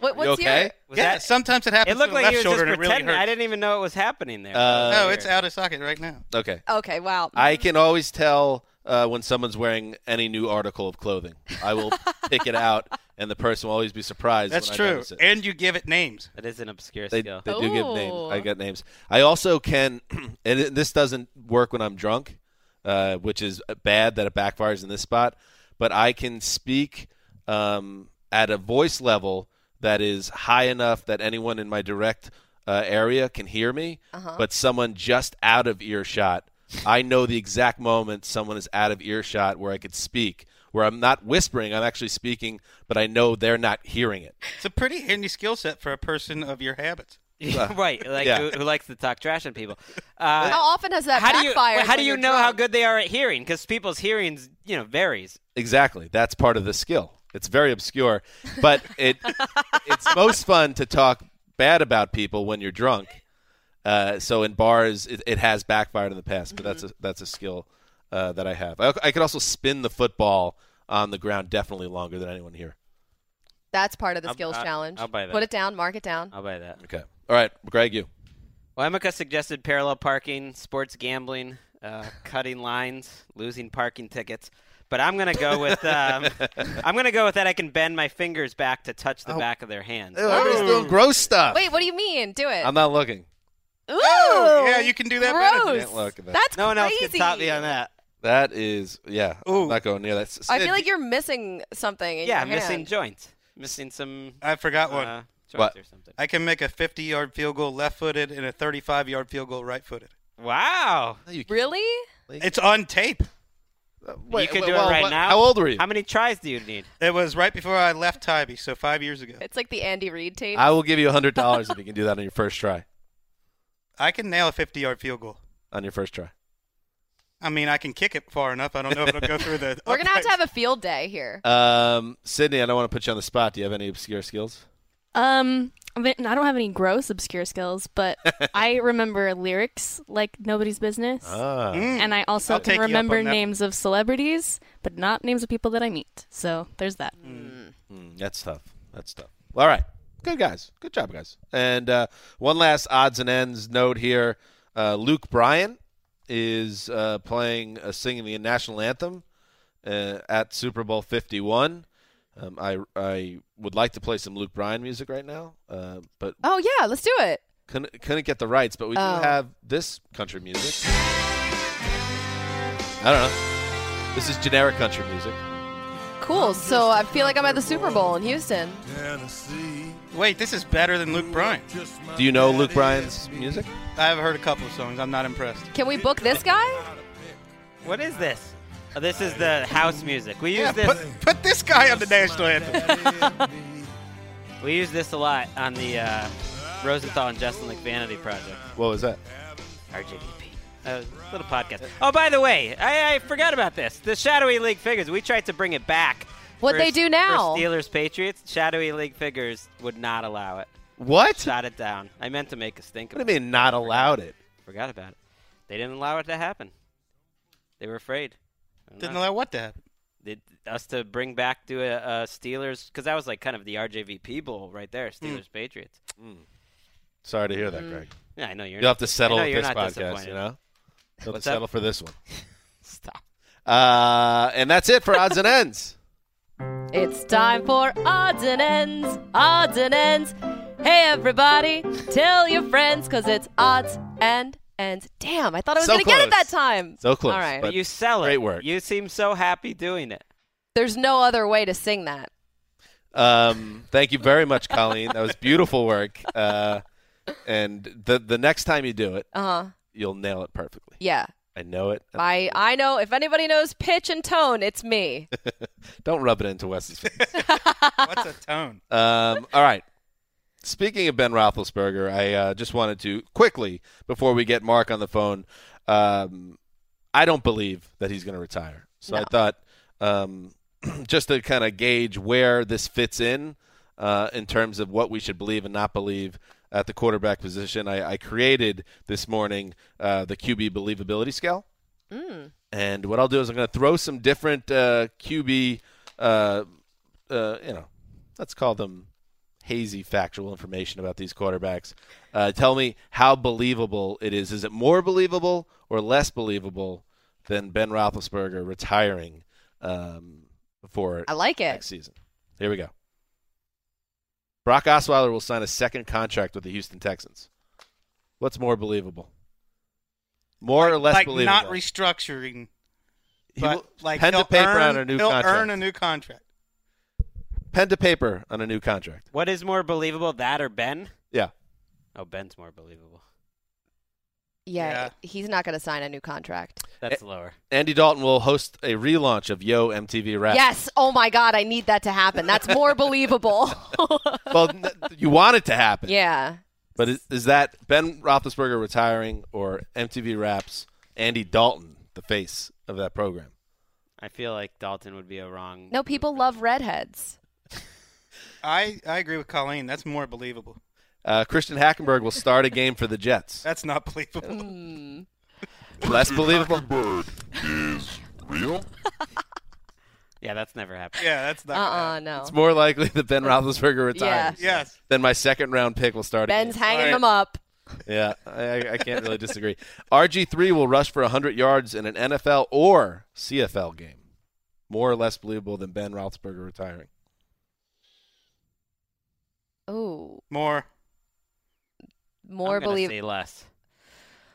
[SPEAKER 3] What, what's
[SPEAKER 2] you okay?
[SPEAKER 3] your
[SPEAKER 4] was
[SPEAKER 5] Yeah,
[SPEAKER 4] that-
[SPEAKER 5] sometimes it happens.
[SPEAKER 4] it looked
[SPEAKER 5] to the
[SPEAKER 4] like he was just
[SPEAKER 5] left shoulder and it really
[SPEAKER 4] pretending.
[SPEAKER 5] hurts.
[SPEAKER 4] I didn't even know it was happening there.
[SPEAKER 2] Uh,
[SPEAKER 5] No, it's out of socket right now.
[SPEAKER 2] Okay.
[SPEAKER 3] Okay, wow.
[SPEAKER 2] I can always tell uh, when someone's wearing any new article of clothing. I will pick it out, and the person will always be surprised.
[SPEAKER 5] That's
[SPEAKER 2] when I
[SPEAKER 5] true.
[SPEAKER 2] notice it.
[SPEAKER 5] And you give it names.
[SPEAKER 4] that is an obscure
[SPEAKER 2] They,
[SPEAKER 4] skill.
[SPEAKER 2] they do give names.
[SPEAKER 3] Ooh.
[SPEAKER 2] I got names. I also can, and it- this doesn't work when I'm drunk, uh, which is bad that it backfires in this spot. But I can speak um, at a voice level that is high enough that anyone in my direct uh, area can hear me. But someone just out of earshot, I know the exact moment someone is out of earshot where I could speak. Where I'm not whispering, I'm actually speaking, but I know they're not hearing it.
[SPEAKER 5] It's a pretty handy skill set for a person of your habits.
[SPEAKER 4] right, like
[SPEAKER 2] yeah.
[SPEAKER 4] who, who likes to talk trash on people. Uh,
[SPEAKER 3] how often has that
[SPEAKER 4] how do you
[SPEAKER 3] backfired?
[SPEAKER 4] how
[SPEAKER 3] when
[SPEAKER 4] do you
[SPEAKER 3] you're
[SPEAKER 4] know how
[SPEAKER 3] drunk?
[SPEAKER 4] good they are at hearing? Because people's hearings, you know, varies.
[SPEAKER 2] Exactly. That's part of the skill. It's very obscure, but it it's most fun to talk bad about people when you're drunk. Uh, so in bars, it, it has backfired in the past, but that's a
[SPEAKER 3] Mm-hmm.
[SPEAKER 2] that's a skill uh, that I have. I, I could also spin the football on the ground definitely longer than anyone here.
[SPEAKER 3] That's part of the
[SPEAKER 4] I'll-
[SPEAKER 3] skills
[SPEAKER 4] I-
[SPEAKER 3] challenge.
[SPEAKER 4] I'll buy that.
[SPEAKER 3] Put it down, mark it down.
[SPEAKER 4] I'll buy that.
[SPEAKER 2] Okay. All right, Greg, you.
[SPEAKER 4] Well, Emeka suggested parallel parking, sports gambling, uh, cutting lines, losing parking tickets. But I'm gonna go with um, I'm gonna go with that. I can bend my fingers back to touch
[SPEAKER 5] Oh.
[SPEAKER 4] the back of their hands.
[SPEAKER 2] Everybody's doing gross stuff.
[SPEAKER 3] Wait, what do you mean? Do it.
[SPEAKER 2] I'm not looking.
[SPEAKER 3] Ooh,
[SPEAKER 5] yeah, you can do that better than
[SPEAKER 3] gross.
[SPEAKER 2] that. Look at that.
[SPEAKER 3] That's
[SPEAKER 4] No one else
[SPEAKER 3] crazy.
[SPEAKER 4] can top me on that.
[SPEAKER 2] That is, yeah.
[SPEAKER 5] Ooh.
[SPEAKER 2] I'm not going near that.
[SPEAKER 3] I feel like you're missing something. in
[SPEAKER 4] Yeah,
[SPEAKER 3] your
[SPEAKER 4] missing
[SPEAKER 3] hand.
[SPEAKER 4] joints, missing some.
[SPEAKER 5] I forgot one.
[SPEAKER 4] Uh, Charts or something.
[SPEAKER 5] I can make a 50 yard field goal left footed and a 35 yard field goal right footed.
[SPEAKER 4] Wow.
[SPEAKER 2] No, you can't. Uh,
[SPEAKER 3] Really?
[SPEAKER 5] It's on tape.
[SPEAKER 4] you can do
[SPEAKER 2] well,
[SPEAKER 4] it right
[SPEAKER 2] what-
[SPEAKER 4] now.
[SPEAKER 2] How old were you?
[SPEAKER 4] How many tries do you need?
[SPEAKER 5] It was right before I left Tybee, so five years ago.
[SPEAKER 3] It's like the Andy Reid tape.
[SPEAKER 2] I will give you hundred dollars if you can do that on your first try.
[SPEAKER 5] I can nail a 50 yard field goal.
[SPEAKER 2] On your first try.
[SPEAKER 5] I mean, I can kick it far enough. I don't know if it'll go through the.
[SPEAKER 3] We're gonna have to have a field day here.
[SPEAKER 2] Um, Sydney, I don't want to put you on the spot. Do you have any obscure skills?
[SPEAKER 10] Um, I, mean, I don't have any gross obscure skills, but I remember lyrics like nobody's business,
[SPEAKER 8] Oh.
[SPEAKER 2] Ah.
[SPEAKER 5] Mm.
[SPEAKER 10] and I also
[SPEAKER 5] I'll take
[SPEAKER 10] can
[SPEAKER 5] you up
[SPEAKER 10] remember
[SPEAKER 5] on that.
[SPEAKER 10] names of celebrities, but not names of people that I meet. So there's that.
[SPEAKER 2] Mm, that's tough. That's tough. All right. Good guys. Good job, guys. And uh, one last odds and ends note here: uh, Luke Bryan is uh, playing, uh, singing the national anthem uh, at Super Bowl Fifty One. Um, I I would like to play some Luke Bryan music right now, uh, but
[SPEAKER 3] oh yeah, let's do it.
[SPEAKER 2] couldn't, couldn't get the rights. But we
[SPEAKER 3] Oh.
[SPEAKER 2] do have this country music. I don't know. This is generic country music.
[SPEAKER 3] Cool. So I feel like I'm at the Super Bowl in Houston.
[SPEAKER 5] Wait, this is better than Luke Bryan.
[SPEAKER 2] Do you know Luke Bryan's music?
[SPEAKER 5] I've heard a couple of songs. I'm not impressed.
[SPEAKER 3] Can we book this guy?
[SPEAKER 4] What is this? Oh, this is the house music. We use
[SPEAKER 5] Yeah,
[SPEAKER 4] this.
[SPEAKER 5] put, put this guy on the national anthem.
[SPEAKER 4] We use this a lot on the uh, Rosenthal and Justin Lake Vanity Project.
[SPEAKER 2] What was that?
[SPEAKER 4] RJVP. A little podcast. Oh, by the way, I, I forgot about this. The Shadowy League Figures. We tried to bring it back.
[SPEAKER 3] What'd
[SPEAKER 4] for-
[SPEAKER 3] they do now?
[SPEAKER 4] For Steelers Patriots. Shadowy League Figures would not allow it.
[SPEAKER 2] What?
[SPEAKER 4] Shot it down. I meant to make a stink of
[SPEAKER 2] What do
[SPEAKER 4] it.
[SPEAKER 2] you mean not allowed it?
[SPEAKER 4] Forgot about it. They didn't allow it to happen. They were afraid. I don't
[SPEAKER 5] Didn't
[SPEAKER 4] know.
[SPEAKER 5] allow what to happen.
[SPEAKER 4] They- us to bring back to a, a Steelers because that was like kind of the RJVP bowl right there.
[SPEAKER 2] Hmm.
[SPEAKER 4] Steelers Patriots.
[SPEAKER 2] Sorry to hear that, Greg.
[SPEAKER 4] Yeah, I know you're.
[SPEAKER 2] You'll have to settle
[SPEAKER 4] Mm. I know
[SPEAKER 2] with
[SPEAKER 4] you're
[SPEAKER 2] this
[SPEAKER 4] not
[SPEAKER 2] podcast,
[SPEAKER 4] disappointed.
[SPEAKER 2] you know? You'll have to
[SPEAKER 4] What's that?
[SPEAKER 2] settle for this one.
[SPEAKER 4] Stop.
[SPEAKER 2] Uh, and that's it for odds and ends.
[SPEAKER 3] It's time for odds and ends, odds and ends. Hey, everybody, tell your friends because it's odds and ends. Damn, I thought I was
[SPEAKER 2] So
[SPEAKER 3] going to get it
[SPEAKER 2] close.
[SPEAKER 3] that time.
[SPEAKER 2] So close,
[SPEAKER 3] All right.
[SPEAKER 2] but-
[SPEAKER 4] you sell it.
[SPEAKER 2] Great work.
[SPEAKER 4] You seem so happy doing it.
[SPEAKER 3] There's no other way to sing that.
[SPEAKER 2] Um, thank you very much, Colleen. That was beautiful work. Uh, and the the next time you do it,
[SPEAKER 3] Uh huh.
[SPEAKER 2] you'll nail it perfectly.
[SPEAKER 3] Yeah.
[SPEAKER 2] I know it.
[SPEAKER 3] I, I know if anybody knows pitch and tone, it's me.
[SPEAKER 2] Don't rub it into Wes's face.
[SPEAKER 5] What's a tone?
[SPEAKER 2] Um, all right. Speaking of Ben Roethlisberger, I uh, just wanted to quickly before we get Mark on the phone. Um, I don't believe that he's going to retire, so I thought um, just to kind of gauge where this fits in uh, in terms of what we should believe and not believe at the quarterback position. I, I created this morning uh, the QB believability scale. And what I'll do is I'm going to throw some different uh, QB, uh, uh, you know, let's call them hazy factual information about these quarterbacks. Uh, tell me how believable it is. Is it more believable or less believable than Ben Roethlisberger retiring um, before
[SPEAKER 3] I like
[SPEAKER 2] next
[SPEAKER 3] it.
[SPEAKER 2] season? Here we go. Brock Osweiler will sign a second contract with the Houston Texans. What's more believable? More or less
[SPEAKER 5] like
[SPEAKER 2] believable?
[SPEAKER 5] not restructuring,
[SPEAKER 2] He
[SPEAKER 5] but
[SPEAKER 2] will-
[SPEAKER 5] like
[SPEAKER 2] pen to
[SPEAKER 5] he'll
[SPEAKER 2] paper
[SPEAKER 5] earn,
[SPEAKER 2] on a new
[SPEAKER 5] he'll
[SPEAKER 2] contract.
[SPEAKER 5] earn a new contract.
[SPEAKER 2] pen to paper on a new contract.
[SPEAKER 4] What is more believable, that or Ben?
[SPEAKER 2] Yeah.
[SPEAKER 4] Oh, Ben's more believable.
[SPEAKER 3] Yeah,
[SPEAKER 5] Yeah.
[SPEAKER 3] he's not going to sign a new contract.
[SPEAKER 4] That's
[SPEAKER 2] Eh.
[SPEAKER 4] lower.
[SPEAKER 2] Andy Dalton will host a relaunch of Yo MTV Rap.
[SPEAKER 3] Yes. Oh my God, I need that to happen. That's more believable.
[SPEAKER 2] Well, n- you want it to happen.
[SPEAKER 3] yeah.
[SPEAKER 2] But is, is that Ben Roethlisberger retiring or MTV Raps Andy Dalton, the face of that program?
[SPEAKER 4] I feel like Dalton would be a wrong.
[SPEAKER 3] No, people love redheads.
[SPEAKER 5] I, I agree with Colleen. That's more believable.
[SPEAKER 2] Uh, Christian Hackenberg will start a game for the Jets.
[SPEAKER 5] That's not believable.
[SPEAKER 3] Mm.
[SPEAKER 2] Less believable.
[SPEAKER 4] Yeah, that's never happened.
[SPEAKER 5] yeah, that's
[SPEAKER 3] Uh
[SPEAKER 5] not.
[SPEAKER 3] uh
[SPEAKER 5] gonna
[SPEAKER 3] no.
[SPEAKER 2] It's more likely that Ben Roethlisberger
[SPEAKER 3] Yeah.
[SPEAKER 2] retires.
[SPEAKER 5] Yes.
[SPEAKER 2] Then my second round pick will start. a
[SPEAKER 3] Ben's
[SPEAKER 2] game.
[SPEAKER 3] hanging
[SPEAKER 5] All right.
[SPEAKER 3] them up.
[SPEAKER 2] Yeah, I, I can't really disagree. RG three will rush for hundred yards in an NFL or CFL game. More or less believable than Ben Roethlisberger retiring.
[SPEAKER 3] Ooh,
[SPEAKER 5] More.
[SPEAKER 3] more
[SPEAKER 4] I'm gonna
[SPEAKER 3] believe.
[SPEAKER 4] Say less.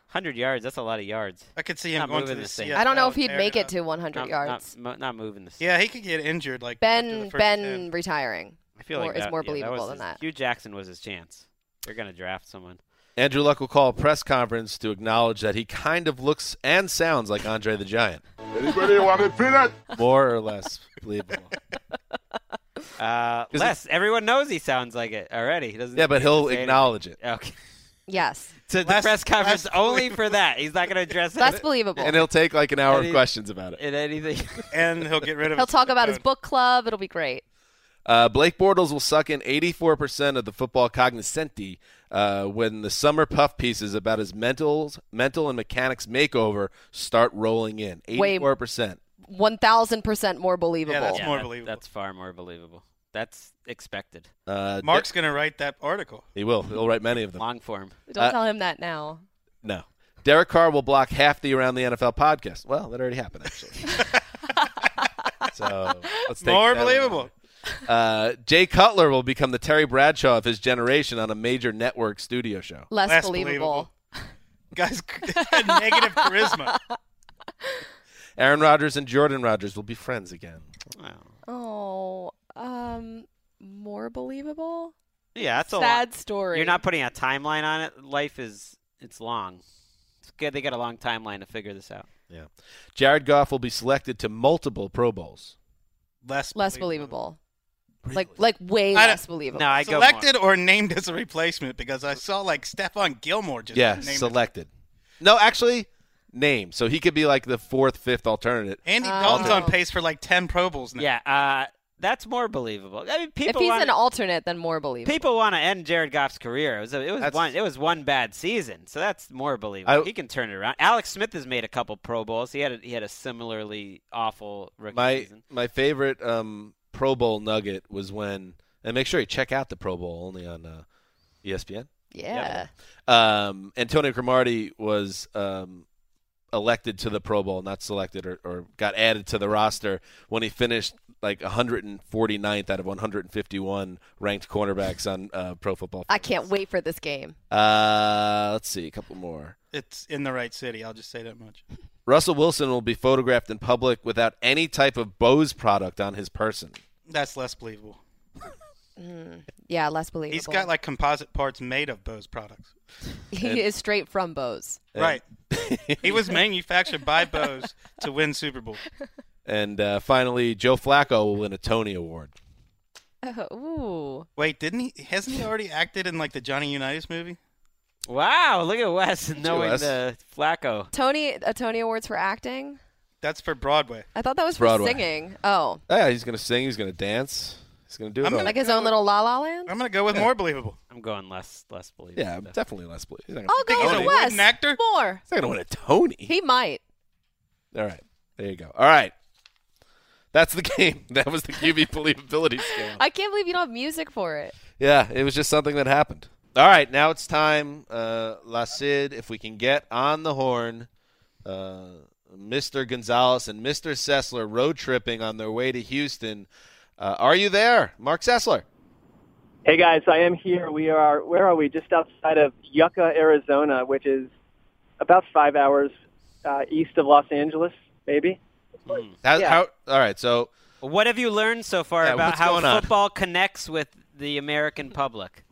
[SPEAKER 4] Hundred yards. That's a lot of yards.
[SPEAKER 5] I could see him
[SPEAKER 4] Not
[SPEAKER 5] going
[SPEAKER 4] moving
[SPEAKER 5] to the
[SPEAKER 4] this thing.
[SPEAKER 5] CFL
[SPEAKER 3] I don't know if
[SPEAKER 5] and
[SPEAKER 3] he'd
[SPEAKER 5] tearing
[SPEAKER 3] make it
[SPEAKER 5] up.
[SPEAKER 3] to 100
[SPEAKER 4] Not-
[SPEAKER 3] yards.
[SPEAKER 4] Not, mo- not moving the.
[SPEAKER 5] Yeah, he could get injured. Like after
[SPEAKER 3] ben
[SPEAKER 5] the first
[SPEAKER 3] Ben
[SPEAKER 5] 10.
[SPEAKER 3] retiring.
[SPEAKER 4] I feel
[SPEAKER 3] more,
[SPEAKER 4] like
[SPEAKER 3] is
[SPEAKER 4] that-
[SPEAKER 3] more
[SPEAKER 4] yeah, that was
[SPEAKER 3] believable than
[SPEAKER 4] his-
[SPEAKER 3] that.
[SPEAKER 4] Hugh Jackson was his chance. They're going to draft someone.
[SPEAKER 2] Andrew Luck will call a press conference to acknowledge that he kind of looks and sounds like Andre the Giant.
[SPEAKER 11] Anybody want a peanut?
[SPEAKER 2] More or less believable.
[SPEAKER 4] Uh,
[SPEAKER 2] Is it-
[SPEAKER 4] Les, everyone knows he sounds like it already. He doesn't.
[SPEAKER 2] Yeah, but
[SPEAKER 4] he doesn't
[SPEAKER 2] he'll
[SPEAKER 4] say anything.
[SPEAKER 2] acknowledge it.
[SPEAKER 4] Okay.
[SPEAKER 3] Yes,
[SPEAKER 4] To the press conference only for that. He's not going to address
[SPEAKER 3] that's
[SPEAKER 4] it.
[SPEAKER 3] believable.
[SPEAKER 2] And he'll take like an hour
[SPEAKER 4] Any-
[SPEAKER 2] of questions about it.
[SPEAKER 4] in anything.
[SPEAKER 5] and he'll get rid
[SPEAKER 3] He'll talk about his book club. It'll be great.
[SPEAKER 2] Uh, Blake Bortles will suck in 84% of the football cognoscenti uh, when the summer puff pieces about his mental, mental and mechanics makeover start rolling in.
[SPEAKER 3] Way-
[SPEAKER 2] 84%.
[SPEAKER 3] One thousand percent more believable.
[SPEAKER 5] more
[SPEAKER 4] that-
[SPEAKER 5] believable.
[SPEAKER 4] That's far more believable. That's expected.
[SPEAKER 2] Uh,
[SPEAKER 5] Mark's going to write that article.
[SPEAKER 2] he will. He'll write many of them.
[SPEAKER 4] Long form.
[SPEAKER 3] Don't
[SPEAKER 2] Uh,
[SPEAKER 3] tell him that now.
[SPEAKER 2] No. Derek Carr will block half the Around the NFL podcast. Well, that already happened, actually. so let's take
[SPEAKER 5] More
[SPEAKER 2] that one.
[SPEAKER 5] believable.
[SPEAKER 2] Uh, Jay Cutler will become the Terry Bradshaw of his generation on a major network studio show.
[SPEAKER 3] Less,
[SPEAKER 5] Less
[SPEAKER 3] believable.
[SPEAKER 5] Guys, negative charisma.
[SPEAKER 2] Aaron Rodgers and Jordan Rodgers will be friends again.
[SPEAKER 4] Wow.
[SPEAKER 3] Oh, um, more believable.
[SPEAKER 4] Yeah, that's a
[SPEAKER 3] Sad
[SPEAKER 4] long-
[SPEAKER 3] story.
[SPEAKER 4] You're not putting a timeline on it. Life is it's long. It's good. They got a long timeline to figure this out.
[SPEAKER 2] Yeah. Jared Goff will be selected to multiple Pro Bowls.
[SPEAKER 5] Less,
[SPEAKER 3] less believable. Like like way
[SPEAKER 5] I don't-
[SPEAKER 3] less believable.
[SPEAKER 4] No, I
[SPEAKER 5] Selected
[SPEAKER 4] go
[SPEAKER 5] or named as a replacement because I saw like Stefan Gilmore just
[SPEAKER 2] yeah,
[SPEAKER 5] named as-
[SPEAKER 2] selected. No, actually, name. So he could be like the fourth, fifth alternate.
[SPEAKER 5] Andy
[SPEAKER 3] Oh.
[SPEAKER 5] Dalton's on pace for like ten Pro Bowls now.
[SPEAKER 4] more. Yeah, uh, that's more believable. I mean,
[SPEAKER 3] if
[SPEAKER 4] people
[SPEAKER 3] he's
[SPEAKER 4] want
[SPEAKER 3] an alternate, then more believable.
[SPEAKER 4] people want to end Jared Goff's career. It was a, it was
[SPEAKER 2] That's-
[SPEAKER 4] one it was one bad season, so that's more believable.
[SPEAKER 2] I-
[SPEAKER 4] he can turn it around. Alex Smith has made a couple Pro Bowls. He had a, he had a similarly awful rookie
[SPEAKER 2] My
[SPEAKER 4] season.
[SPEAKER 2] my favorite um, Pro Bowl nugget was when and make sure you check out the Pro Bowl only on uh, ESPN.
[SPEAKER 3] yeah.
[SPEAKER 2] Um, Antonio Cromartie was um, elected to the Pro Bowl, not selected or, or got added to the roster when he finished like 149th out of 151 ranked cornerbacks on uh, Pro Football.
[SPEAKER 3] I can't wait for this game.
[SPEAKER 2] Uh, let's see a couple more.
[SPEAKER 5] It's in the right city. I'll just say that much.
[SPEAKER 2] Russell Wilson will be photographed in public without any type of Bose product on his person.
[SPEAKER 5] That's less believable.
[SPEAKER 3] Yeah, less believable.
[SPEAKER 5] He's got like composite parts made of Bose products.
[SPEAKER 3] he is straight from Bose.
[SPEAKER 5] Right. he was manufactured by Bose to win Super Bowl.
[SPEAKER 2] And uh, finally, Joe Flacco will win a Tony Award.
[SPEAKER 3] Oh, ooh.
[SPEAKER 5] Wait, didn't he? Hasn't he already acted in like the Johnny Unitas movie?
[SPEAKER 4] Wow, look at Wes knowing
[SPEAKER 2] Wes.
[SPEAKER 4] the Flacco.
[SPEAKER 3] Tony a Tony Awards for acting.
[SPEAKER 5] That's for Broadway.
[SPEAKER 3] I thought that was
[SPEAKER 2] Broadway.
[SPEAKER 3] for singing. Oh,
[SPEAKER 2] Ah, Yeah, he's gonna sing. He's gonna dance. He's gonna do it.
[SPEAKER 5] I'm
[SPEAKER 2] all.
[SPEAKER 5] gonna-
[SPEAKER 3] like his own little La La Land.
[SPEAKER 5] I'm gonna go with more believable.
[SPEAKER 4] I'm going less less believable.
[SPEAKER 2] yeah, definitely less. Believe. He's not gonna,
[SPEAKER 3] I'll go
[SPEAKER 5] he's
[SPEAKER 3] with
[SPEAKER 5] a
[SPEAKER 3] Wes.
[SPEAKER 5] wooden actor?
[SPEAKER 3] More.
[SPEAKER 2] he's not gonna win a Tony.
[SPEAKER 3] He might.
[SPEAKER 2] all right, there you go. All right, that's the game. That was the QB believability scale.
[SPEAKER 3] I can't believe you don't have music for it.
[SPEAKER 2] Yeah, it was just something that happened. All right, now it's time, uh, La Cid, if we can get on the horn, uh, Mr. Gonzalez and Mr. Sessler road tripping on their way to Houston. Uh, are you there, Mark Sessler?
[SPEAKER 12] Hey guys, I am here. We are where are we? Just outside of Yucca, Arizona, which is about five hours uh, east of Los Angeles, maybe.
[SPEAKER 2] How,
[SPEAKER 12] Yeah.
[SPEAKER 2] how, all right, so
[SPEAKER 4] What have you learned so far
[SPEAKER 2] Yeah,
[SPEAKER 4] about
[SPEAKER 2] what's
[SPEAKER 4] how
[SPEAKER 2] going on?
[SPEAKER 4] football connects with the American public?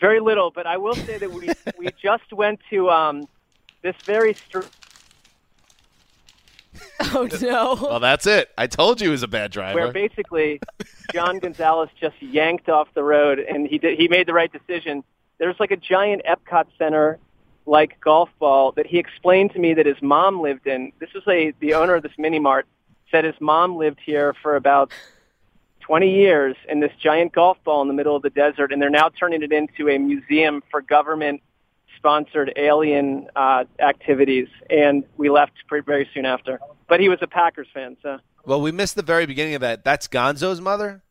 [SPEAKER 12] Very little, but I will say that we we just went to um, this very str-
[SPEAKER 3] Oh no.
[SPEAKER 2] well, that's it. I told you he was a bad driver.
[SPEAKER 12] where basically John Gonzalez just yanked off the road, and he did, he made the right decision. There's like a giant Epcot Center, like golf ball that he explained to me that his mom lived in. This was a the owner of this mini mart said his mom lived here for about 20 years in this giant golf ball in the middle of the desert, and they're now turning it into a museum for government sponsored alien uh, activities. And we left pretty, very soon after. But he was a Packers fan, so.
[SPEAKER 2] well, we missed the very beginning of that. That's Gonzo's mother?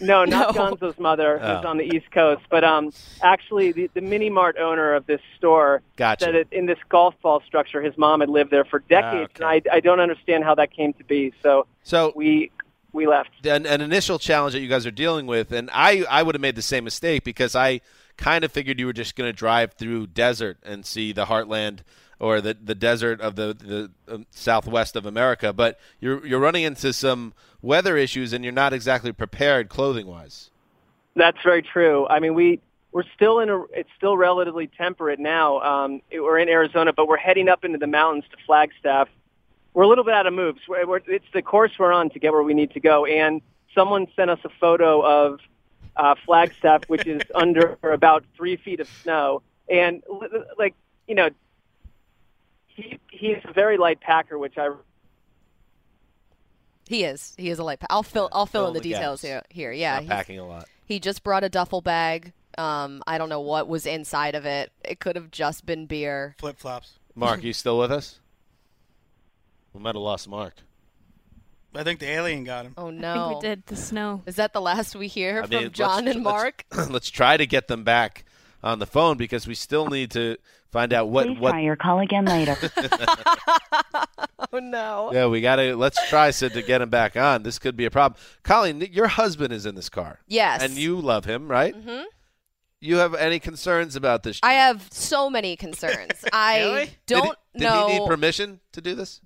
[SPEAKER 12] No, not
[SPEAKER 3] No.
[SPEAKER 12] Gonzo's mother, who's
[SPEAKER 2] Oh.
[SPEAKER 12] on the East Coast, but um, actually the, the mini mart owner of this store
[SPEAKER 2] Gotcha.
[SPEAKER 12] said that in this golf ball structure, his mom had lived there for decades,
[SPEAKER 4] Ah,
[SPEAKER 12] and I, I don't understand how that came to be. So
[SPEAKER 2] So
[SPEAKER 12] we we left.
[SPEAKER 2] an, an initial challenge that you guys are dealing with, and I I would have made the same mistake because I kind of figured you were just going to drive through desert and see the heartland or the, the desert of the the um, southwest of America, but you're you're running into some weather issues and you're not exactly prepared clothing wise.
[SPEAKER 12] That's very true. I mean, we we're still in a it's still relatively temperate now. Um, it- we're in Arizona, but we're heading up into the mountains to Flagstaff. We're a little bit out of moves. We're, we're, it's the course we're on to get where we need to go. And someone sent us a photo of uh, Flagstaff, which is under about three feet of snow. And li- li- like you know, he he's a very light packer, which I
[SPEAKER 3] He is. He is a light. Pa- I'll fill. I'll fill in the, details here. Here, yeah.
[SPEAKER 2] Not
[SPEAKER 3] he's-
[SPEAKER 2] packing a lot.
[SPEAKER 3] He just brought a duffel bag. Um, I don't know what was inside of it. It could have just been beer.
[SPEAKER 5] Flip flops.
[SPEAKER 2] Mark, you still with us? We might have lost Mark.
[SPEAKER 5] I think the alien got him.
[SPEAKER 3] Oh no!
[SPEAKER 10] we did the snow.
[SPEAKER 3] Is that the last we hear
[SPEAKER 2] I mean,
[SPEAKER 3] from
[SPEAKER 2] let's
[SPEAKER 3] John
[SPEAKER 2] tr-
[SPEAKER 3] and Mark?
[SPEAKER 2] Let's try to get them back on the phone because we still need to find out what
[SPEAKER 13] Please
[SPEAKER 2] what.
[SPEAKER 13] try your call again later.
[SPEAKER 3] Oh no!
[SPEAKER 2] Yeah, we gotta let's try Sid to get him back on. This could be a problem. Colleen, your husband is in this car.
[SPEAKER 3] Yes.
[SPEAKER 2] and you love him, right?
[SPEAKER 3] hmm
[SPEAKER 2] You have any concerns about this?
[SPEAKER 3] I have so many concerns. I
[SPEAKER 2] Did he-
[SPEAKER 3] don't
[SPEAKER 2] did
[SPEAKER 3] know.
[SPEAKER 2] he need permission to do this?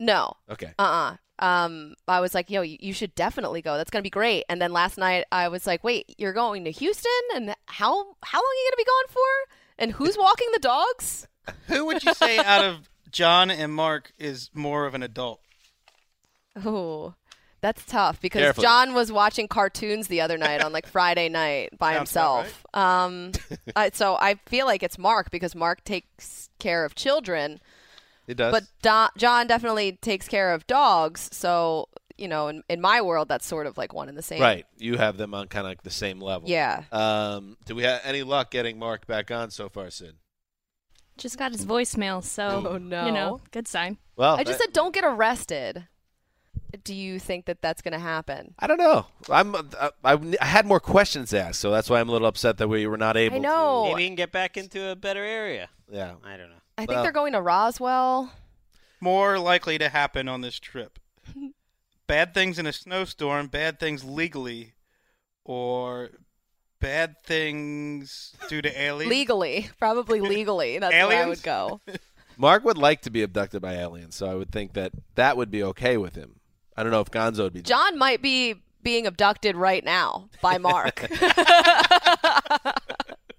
[SPEAKER 3] No.
[SPEAKER 2] Okay.
[SPEAKER 3] Uh-uh. Um, I was like, yo, you, you should definitely go. That's gonna be great. And then last night I was like, wait, you're going to Houston? And how how long are you gonna be gone for? And who's walking the dogs?
[SPEAKER 5] Who would you say out of John and Mark is more of an adult?
[SPEAKER 3] Oh, that's tough because
[SPEAKER 5] Carefully.
[SPEAKER 3] John was watching cartoons the other night on like Friday night by
[SPEAKER 14] Sounds about
[SPEAKER 3] himself. Um, I, so I feel like it's Mark because Mark takes care of children,
[SPEAKER 2] He does.
[SPEAKER 3] but Don, John definitely takes care of dogs. So you know, in, in my world, that's sort of like one and the same.
[SPEAKER 2] Right. You have them on kind of like the same level.
[SPEAKER 3] Yeah.
[SPEAKER 2] Um, do we have any luck getting Mark back on so far, Sid?
[SPEAKER 10] Just got his voicemail, so
[SPEAKER 3] Oh, no.
[SPEAKER 10] you know, good sign.
[SPEAKER 2] Well,
[SPEAKER 3] I just
[SPEAKER 2] that-
[SPEAKER 3] said don't get arrested. Do you think that that's going to happen?
[SPEAKER 2] I don't know. I'm. I, I, I had more questions asked, so that's why I'm a little upset that we were not able.
[SPEAKER 3] I know.
[SPEAKER 4] Maybe he can get back into a better area.
[SPEAKER 2] To, yeah.
[SPEAKER 4] I don't know.
[SPEAKER 3] I think they're going to Roswell.
[SPEAKER 5] More likely to happen on this trip. Bad things in a snowstorm, bad things legally, or bad things due to aliens.
[SPEAKER 3] Legally, probably legally. That's where I would go.
[SPEAKER 2] Mark would like to be abducted by aliens, so I would think that that would be okay with him. I don't know if Gonzo would be.
[SPEAKER 3] John might be being abducted right now by Mark.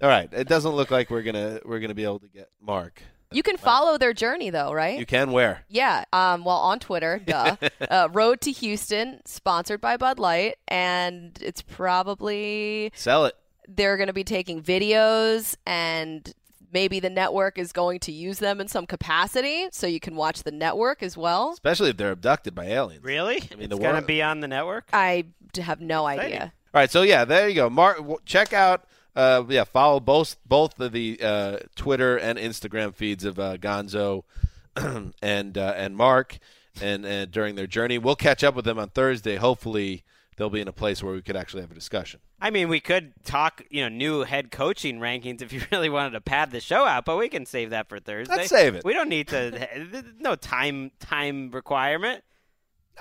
[SPEAKER 2] All right. It doesn't look like we're gonna we're gonna be able to get Mark.
[SPEAKER 3] you can follow their journey though, right?
[SPEAKER 2] You can wear.
[SPEAKER 3] Yeah. Um, well, on Twitter, duh. uh, Road to Houston, sponsored by Bud Light, and it's probably
[SPEAKER 2] Sell it.
[SPEAKER 3] they're going to be taking videos and maybe the network is going to use them in some capacity so you can watch the network as well
[SPEAKER 2] Especially if they're abducted by aliens.
[SPEAKER 4] Really?
[SPEAKER 2] I mean,
[SPEAKER 4] it's
[SPEAKER 2] the
[SPEAKER 4] gonna
[SPEAKER 2] world-
[SPEAKER 4] be on the network.
[SPEAKER 3] i d- have no idea
[SPEAKER 2] All right, so yeah, there you go. Mark, w- check out, uh, yeah, follow both both of the uh, Twitter and Instagram feeds of uh, Gonzo and uh, and Mark, and, and during their journey, we'll catch up with them on Thursday. Hopefully, they'll be in a place where we could actually have a discussion.
[SPEAKER 4] I mean, we could talk, you know, new head coaching rankings if you really wanted to pad the show out, but we can save that for Thursday.
[SPEAKER 2] save it.
[SPEAKER 4] We don't need to. there's no time time requirement.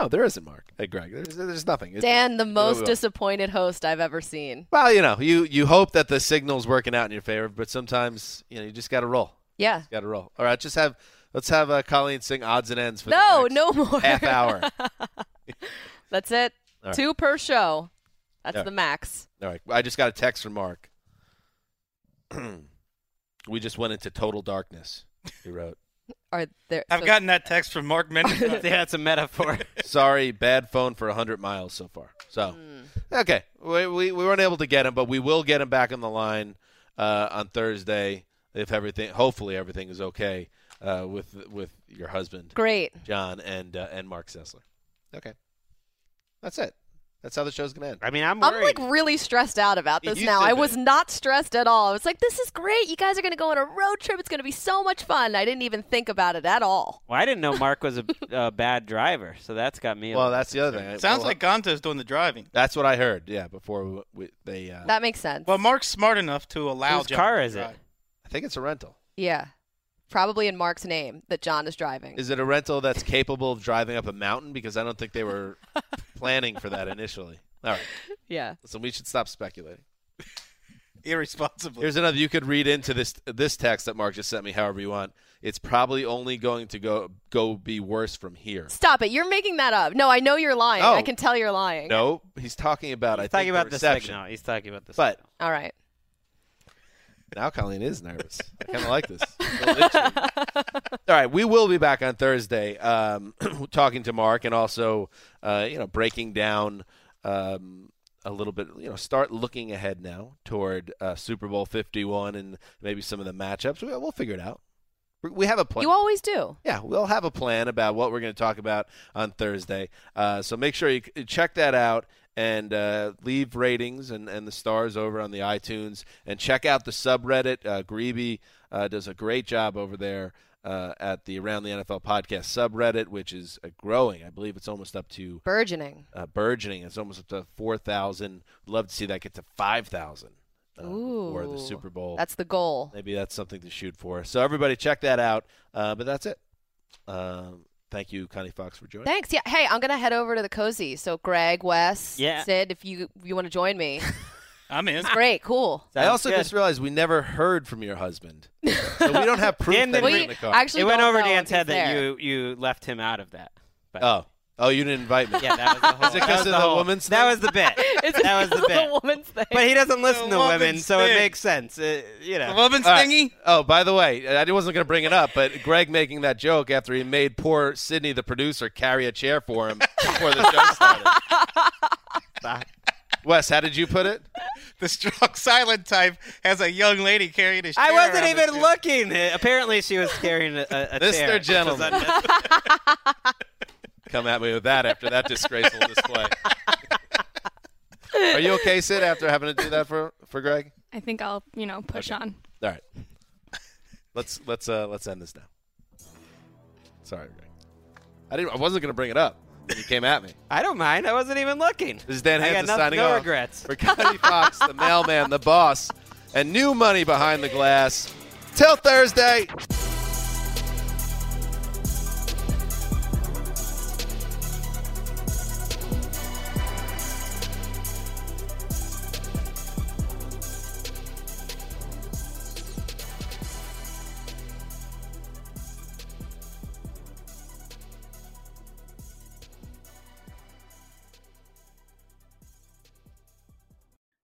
[SPEAKER 2] No, there isn't, Mark. Hey, Greg, there's, there's nothing. It's-
[SPEAKER 3] dan the
[SPEAKER 2] it's-
[SPEAKER 3] most disappointed host i've ever seen
[SPEAKER 2] well, you know, you you hope that the signal's working out in your favor, but sometimes you know you just got to roll.
[SPEAKER 3] yeah
[SPEAKER 2] Got to roll. All right, just have let's have uh, Colleen sing odds and ends for
[SPEAKER 3] no
[SPEAKER 2] the next
[SPEAKER 3] no more
[SPEAKER 2] half hour.
[SPEAKER 3] that's it
[SPEAKER 2] All right.
[SPEAKER 3] two per show that's
[SPEAKER 2] Yeah.
[SPEAKER 3] the max
[SPEAKER 2] All right. I just got a text from Mark. we just went into total darkness. He wrote,
[SPEAKER 3] are there
[SPEAKER 5] I've
[SPEAKER 3] so-
[SPEAKER 5] gotten that text from Mark Mendez. yeah,
[SPEAKER 4] that's a metaphor.
[SPEAKER 2] "Sorry, bad phone for 100 miles so far." So, okay, we, we we weren't able to get him, but we will get him back on the line uh, on Thursday if everything. Hopefully, everything is okay uh, with with your husband,
[SPEAKER 3] great
[SPEAKER 2] John, and uh, and Mark Sessler. Okay, that's it. That's how the show's gonna end.
[SPEAKER 4] I mean, I'm
[SPEAKER 3] I'm like really stressed out about
[SPEAKER 2] It
[SPEAKER 3] this
[SPEAKER 2] used
[SPEAKER 3] now.
[SPEAKER 2] to
[SPEAKER 3] I
[SPEAKER 2] be.
[SPEAKER 3] was not stressed at all. I was like, this is great. You guys are going to go on a road trip. It's going to be so much fun. I didn't even think about it at all.
[SPEAKER 4] Well, I didn't know Mark was a, a bad driver, so that's got me. a
[SPEAKER 2] Well,
[SPEAKER 4] little
[SPEAKER 2] that's the other thing.
[SPEAKER 4] concerned.
[SPEAKER 5] Sounds like Gonzo's doing the driving.
[SPEAKER 2] That's what I heard. Yeah, before we, we, they. Uh,
[SPEAKER 3] That makes sense.
[SPEAKER 5] Well, Mark's smart enough to allow
[SPEAKER 4] Whose
[SPEAKER 5] John
[SPEAKER 4] car
[SPEAKER 5] to
[SPEAKER 4] is it?
[SPEAKER 5] drive.
[SPEAKER 2] I think it's a rental.
[SPEAKER 3] Yeah. Probably in Mark's name that John is driving.
[SPEAKER 2] Is it a rental that's capable of driving up a mountain? Because I don't think they were planning for that initially. All right.
[SPEAKER 3] Yeah.
[SPEAKER 2] Listen, we should stop speculating.
[SPEAKER 5] irresponsibly.
[SPEAKER 2] Here's another. You could read into this this text that Mark just sent me however you want. It's probably only going to go go be worse from here.
[SPEAKER 3] Stop it. You're making that up. No, I know you're lying.
[SPEAKER 2] Oh.
[SPEAKER 3] I can tell you're lying.
[SPEAKER 2] No, he's talking about. I
[SPEAKER 4] talking
[SPEAKER 2] think,
[SPEAKER 4] about
[SPEAKER 2] the
[SPEAKER 4] this segment.
[SPEAKER 2] reception.
[SPEAKER 4] He's talking about this.
[SPEAKER 2] But
[SPEAKER 3] All right.
[SPEAKER 2] now Colleen is nervous. I kind of like this. A little itchy. All right, we will be back on Thursday, um, talking to Mark and also, uh, you know, breaking down um, a little bit. You know, start looking ahead now toward uh, Super Bowl Fifty One and maybe some of the matchups. We'll, we'll figure it out. We- We have a plan.
[SPEAKER 3] You always do.
[SPEAKER 2] Yeah, we'll have a plan about what we're going to talk about on Thursday. Uh, so make sure you c- check that out and uh, leave ratings and, and the stars over on the iTunes and check out the subreddit. Uh, Greeby uh, does a great job over there. Uh, at the Around the NFL podcast subreddit, which is uh, growing. I believe it's almost up to
[SPEAKER 3] Burgeoning.
[SPEAKER 2] uh, burgeoning. It's almost up to 4,000. Love to see that get to 5,000 uh, before
[SPEAKER 3] Ooh.
[SPEAKER 2] the Super Bowl.
[SPEAKER 3] That's the goal.
[SPEAKER 2] Maybe that's something to shoot for. So everybody, check that out. Uh, but that's it. Um, thank you, Connie Fox, for joining.
[SPEAKER 3] Thanks. Yeah. Hey, I'm gonna head over to the cozy. So Greg, Wes,
[SPEAKER 2] Yeah.
[SPEAKER 3] Sid, if you you want to join me,
[SPEAKER 5] I'm in.
[SPEAKER 3] it's great. Cool.
[SPEAKER 2] I also just realized we never heard from your husband, so we don't have proof that he was in the car.
[SPEAKER 4] it went over Dan's head that you you left him out of that. But
[SPEAKER 2] oh, oh, you didn't invite me.
[SPEAKER 4] yeah, that was the whole.
[SPEAKER 2] Is it
[SPEAKER 4] that
[SPEAKER 2] because
[SPEAKER 4] was
[SPEAKER 2] of the,
[SPEAKER 4] the whole-
[SPEAKER 2] woman's?
[SPEAKER 4] That was the bit. that was the bit.
[SPEAKER 3] woman's thing.
[SPEAKER 4] But he doesn't listen
[SPEAKER 5] The
[SPEAKER 4] to women,
[SPEAKER 5] woman's
[SPEAKER 4] so it
[SPEAKER 5] thing.
[SPEAKER 4] makes sense. Uh, you know.
[SPEAKER 2] All right. Oh, by the way, I wasn't going to bring it up, but Greg making that joke after he made poor Sydney, the producer, carry a chair for him before the show started. Wes, how did you put it?
[SPEAKER 5] The strong silent type has a young lady carrying his.
[SPEAKER 4] I
[SPEAKER 5] chair
[SPEAKER 4] wasn't
[SPEAKER 5] around
[SPEAKER 4] even
[SPEAKER 5] the-
[SPEAKER 4] looking. Uh, Apparently, she was carrying a, a, a
[SPEAKER 2] Mr.
[SPEAKER 4] chair. which was
[SPEAKER 2] Gentleman.
[SPEAKER 4] unnecessary.
[SPEAKER 2] Come at me with that after that disgraceful display. Are you okay, Sid, after having to do that for, for Greg?
[SPEAKER 10] I think I'll, you know, push on.
[SPEAKER 2] All right. Let's let's uh let's end this now. Sorry, Greg. I didn't I wasn't gonna bring it up. You came at me.
[SPEAKER 4] I don't mind. I wasn't even looking.
[SPEAKER 2] This is Dan
[SPEAKER 4] I got
[SPEAKER 2] Hansen
[SPEAKER 4] noth-
[SPEAKER 2] signing
[SPEAKER 4] no
[SPEAKER 2] off
[SPEAKER 4] regrets.
[SPEAKER 2] For Connie Fox, the mailman, the boss, and new money behind the glass. Till Thursday.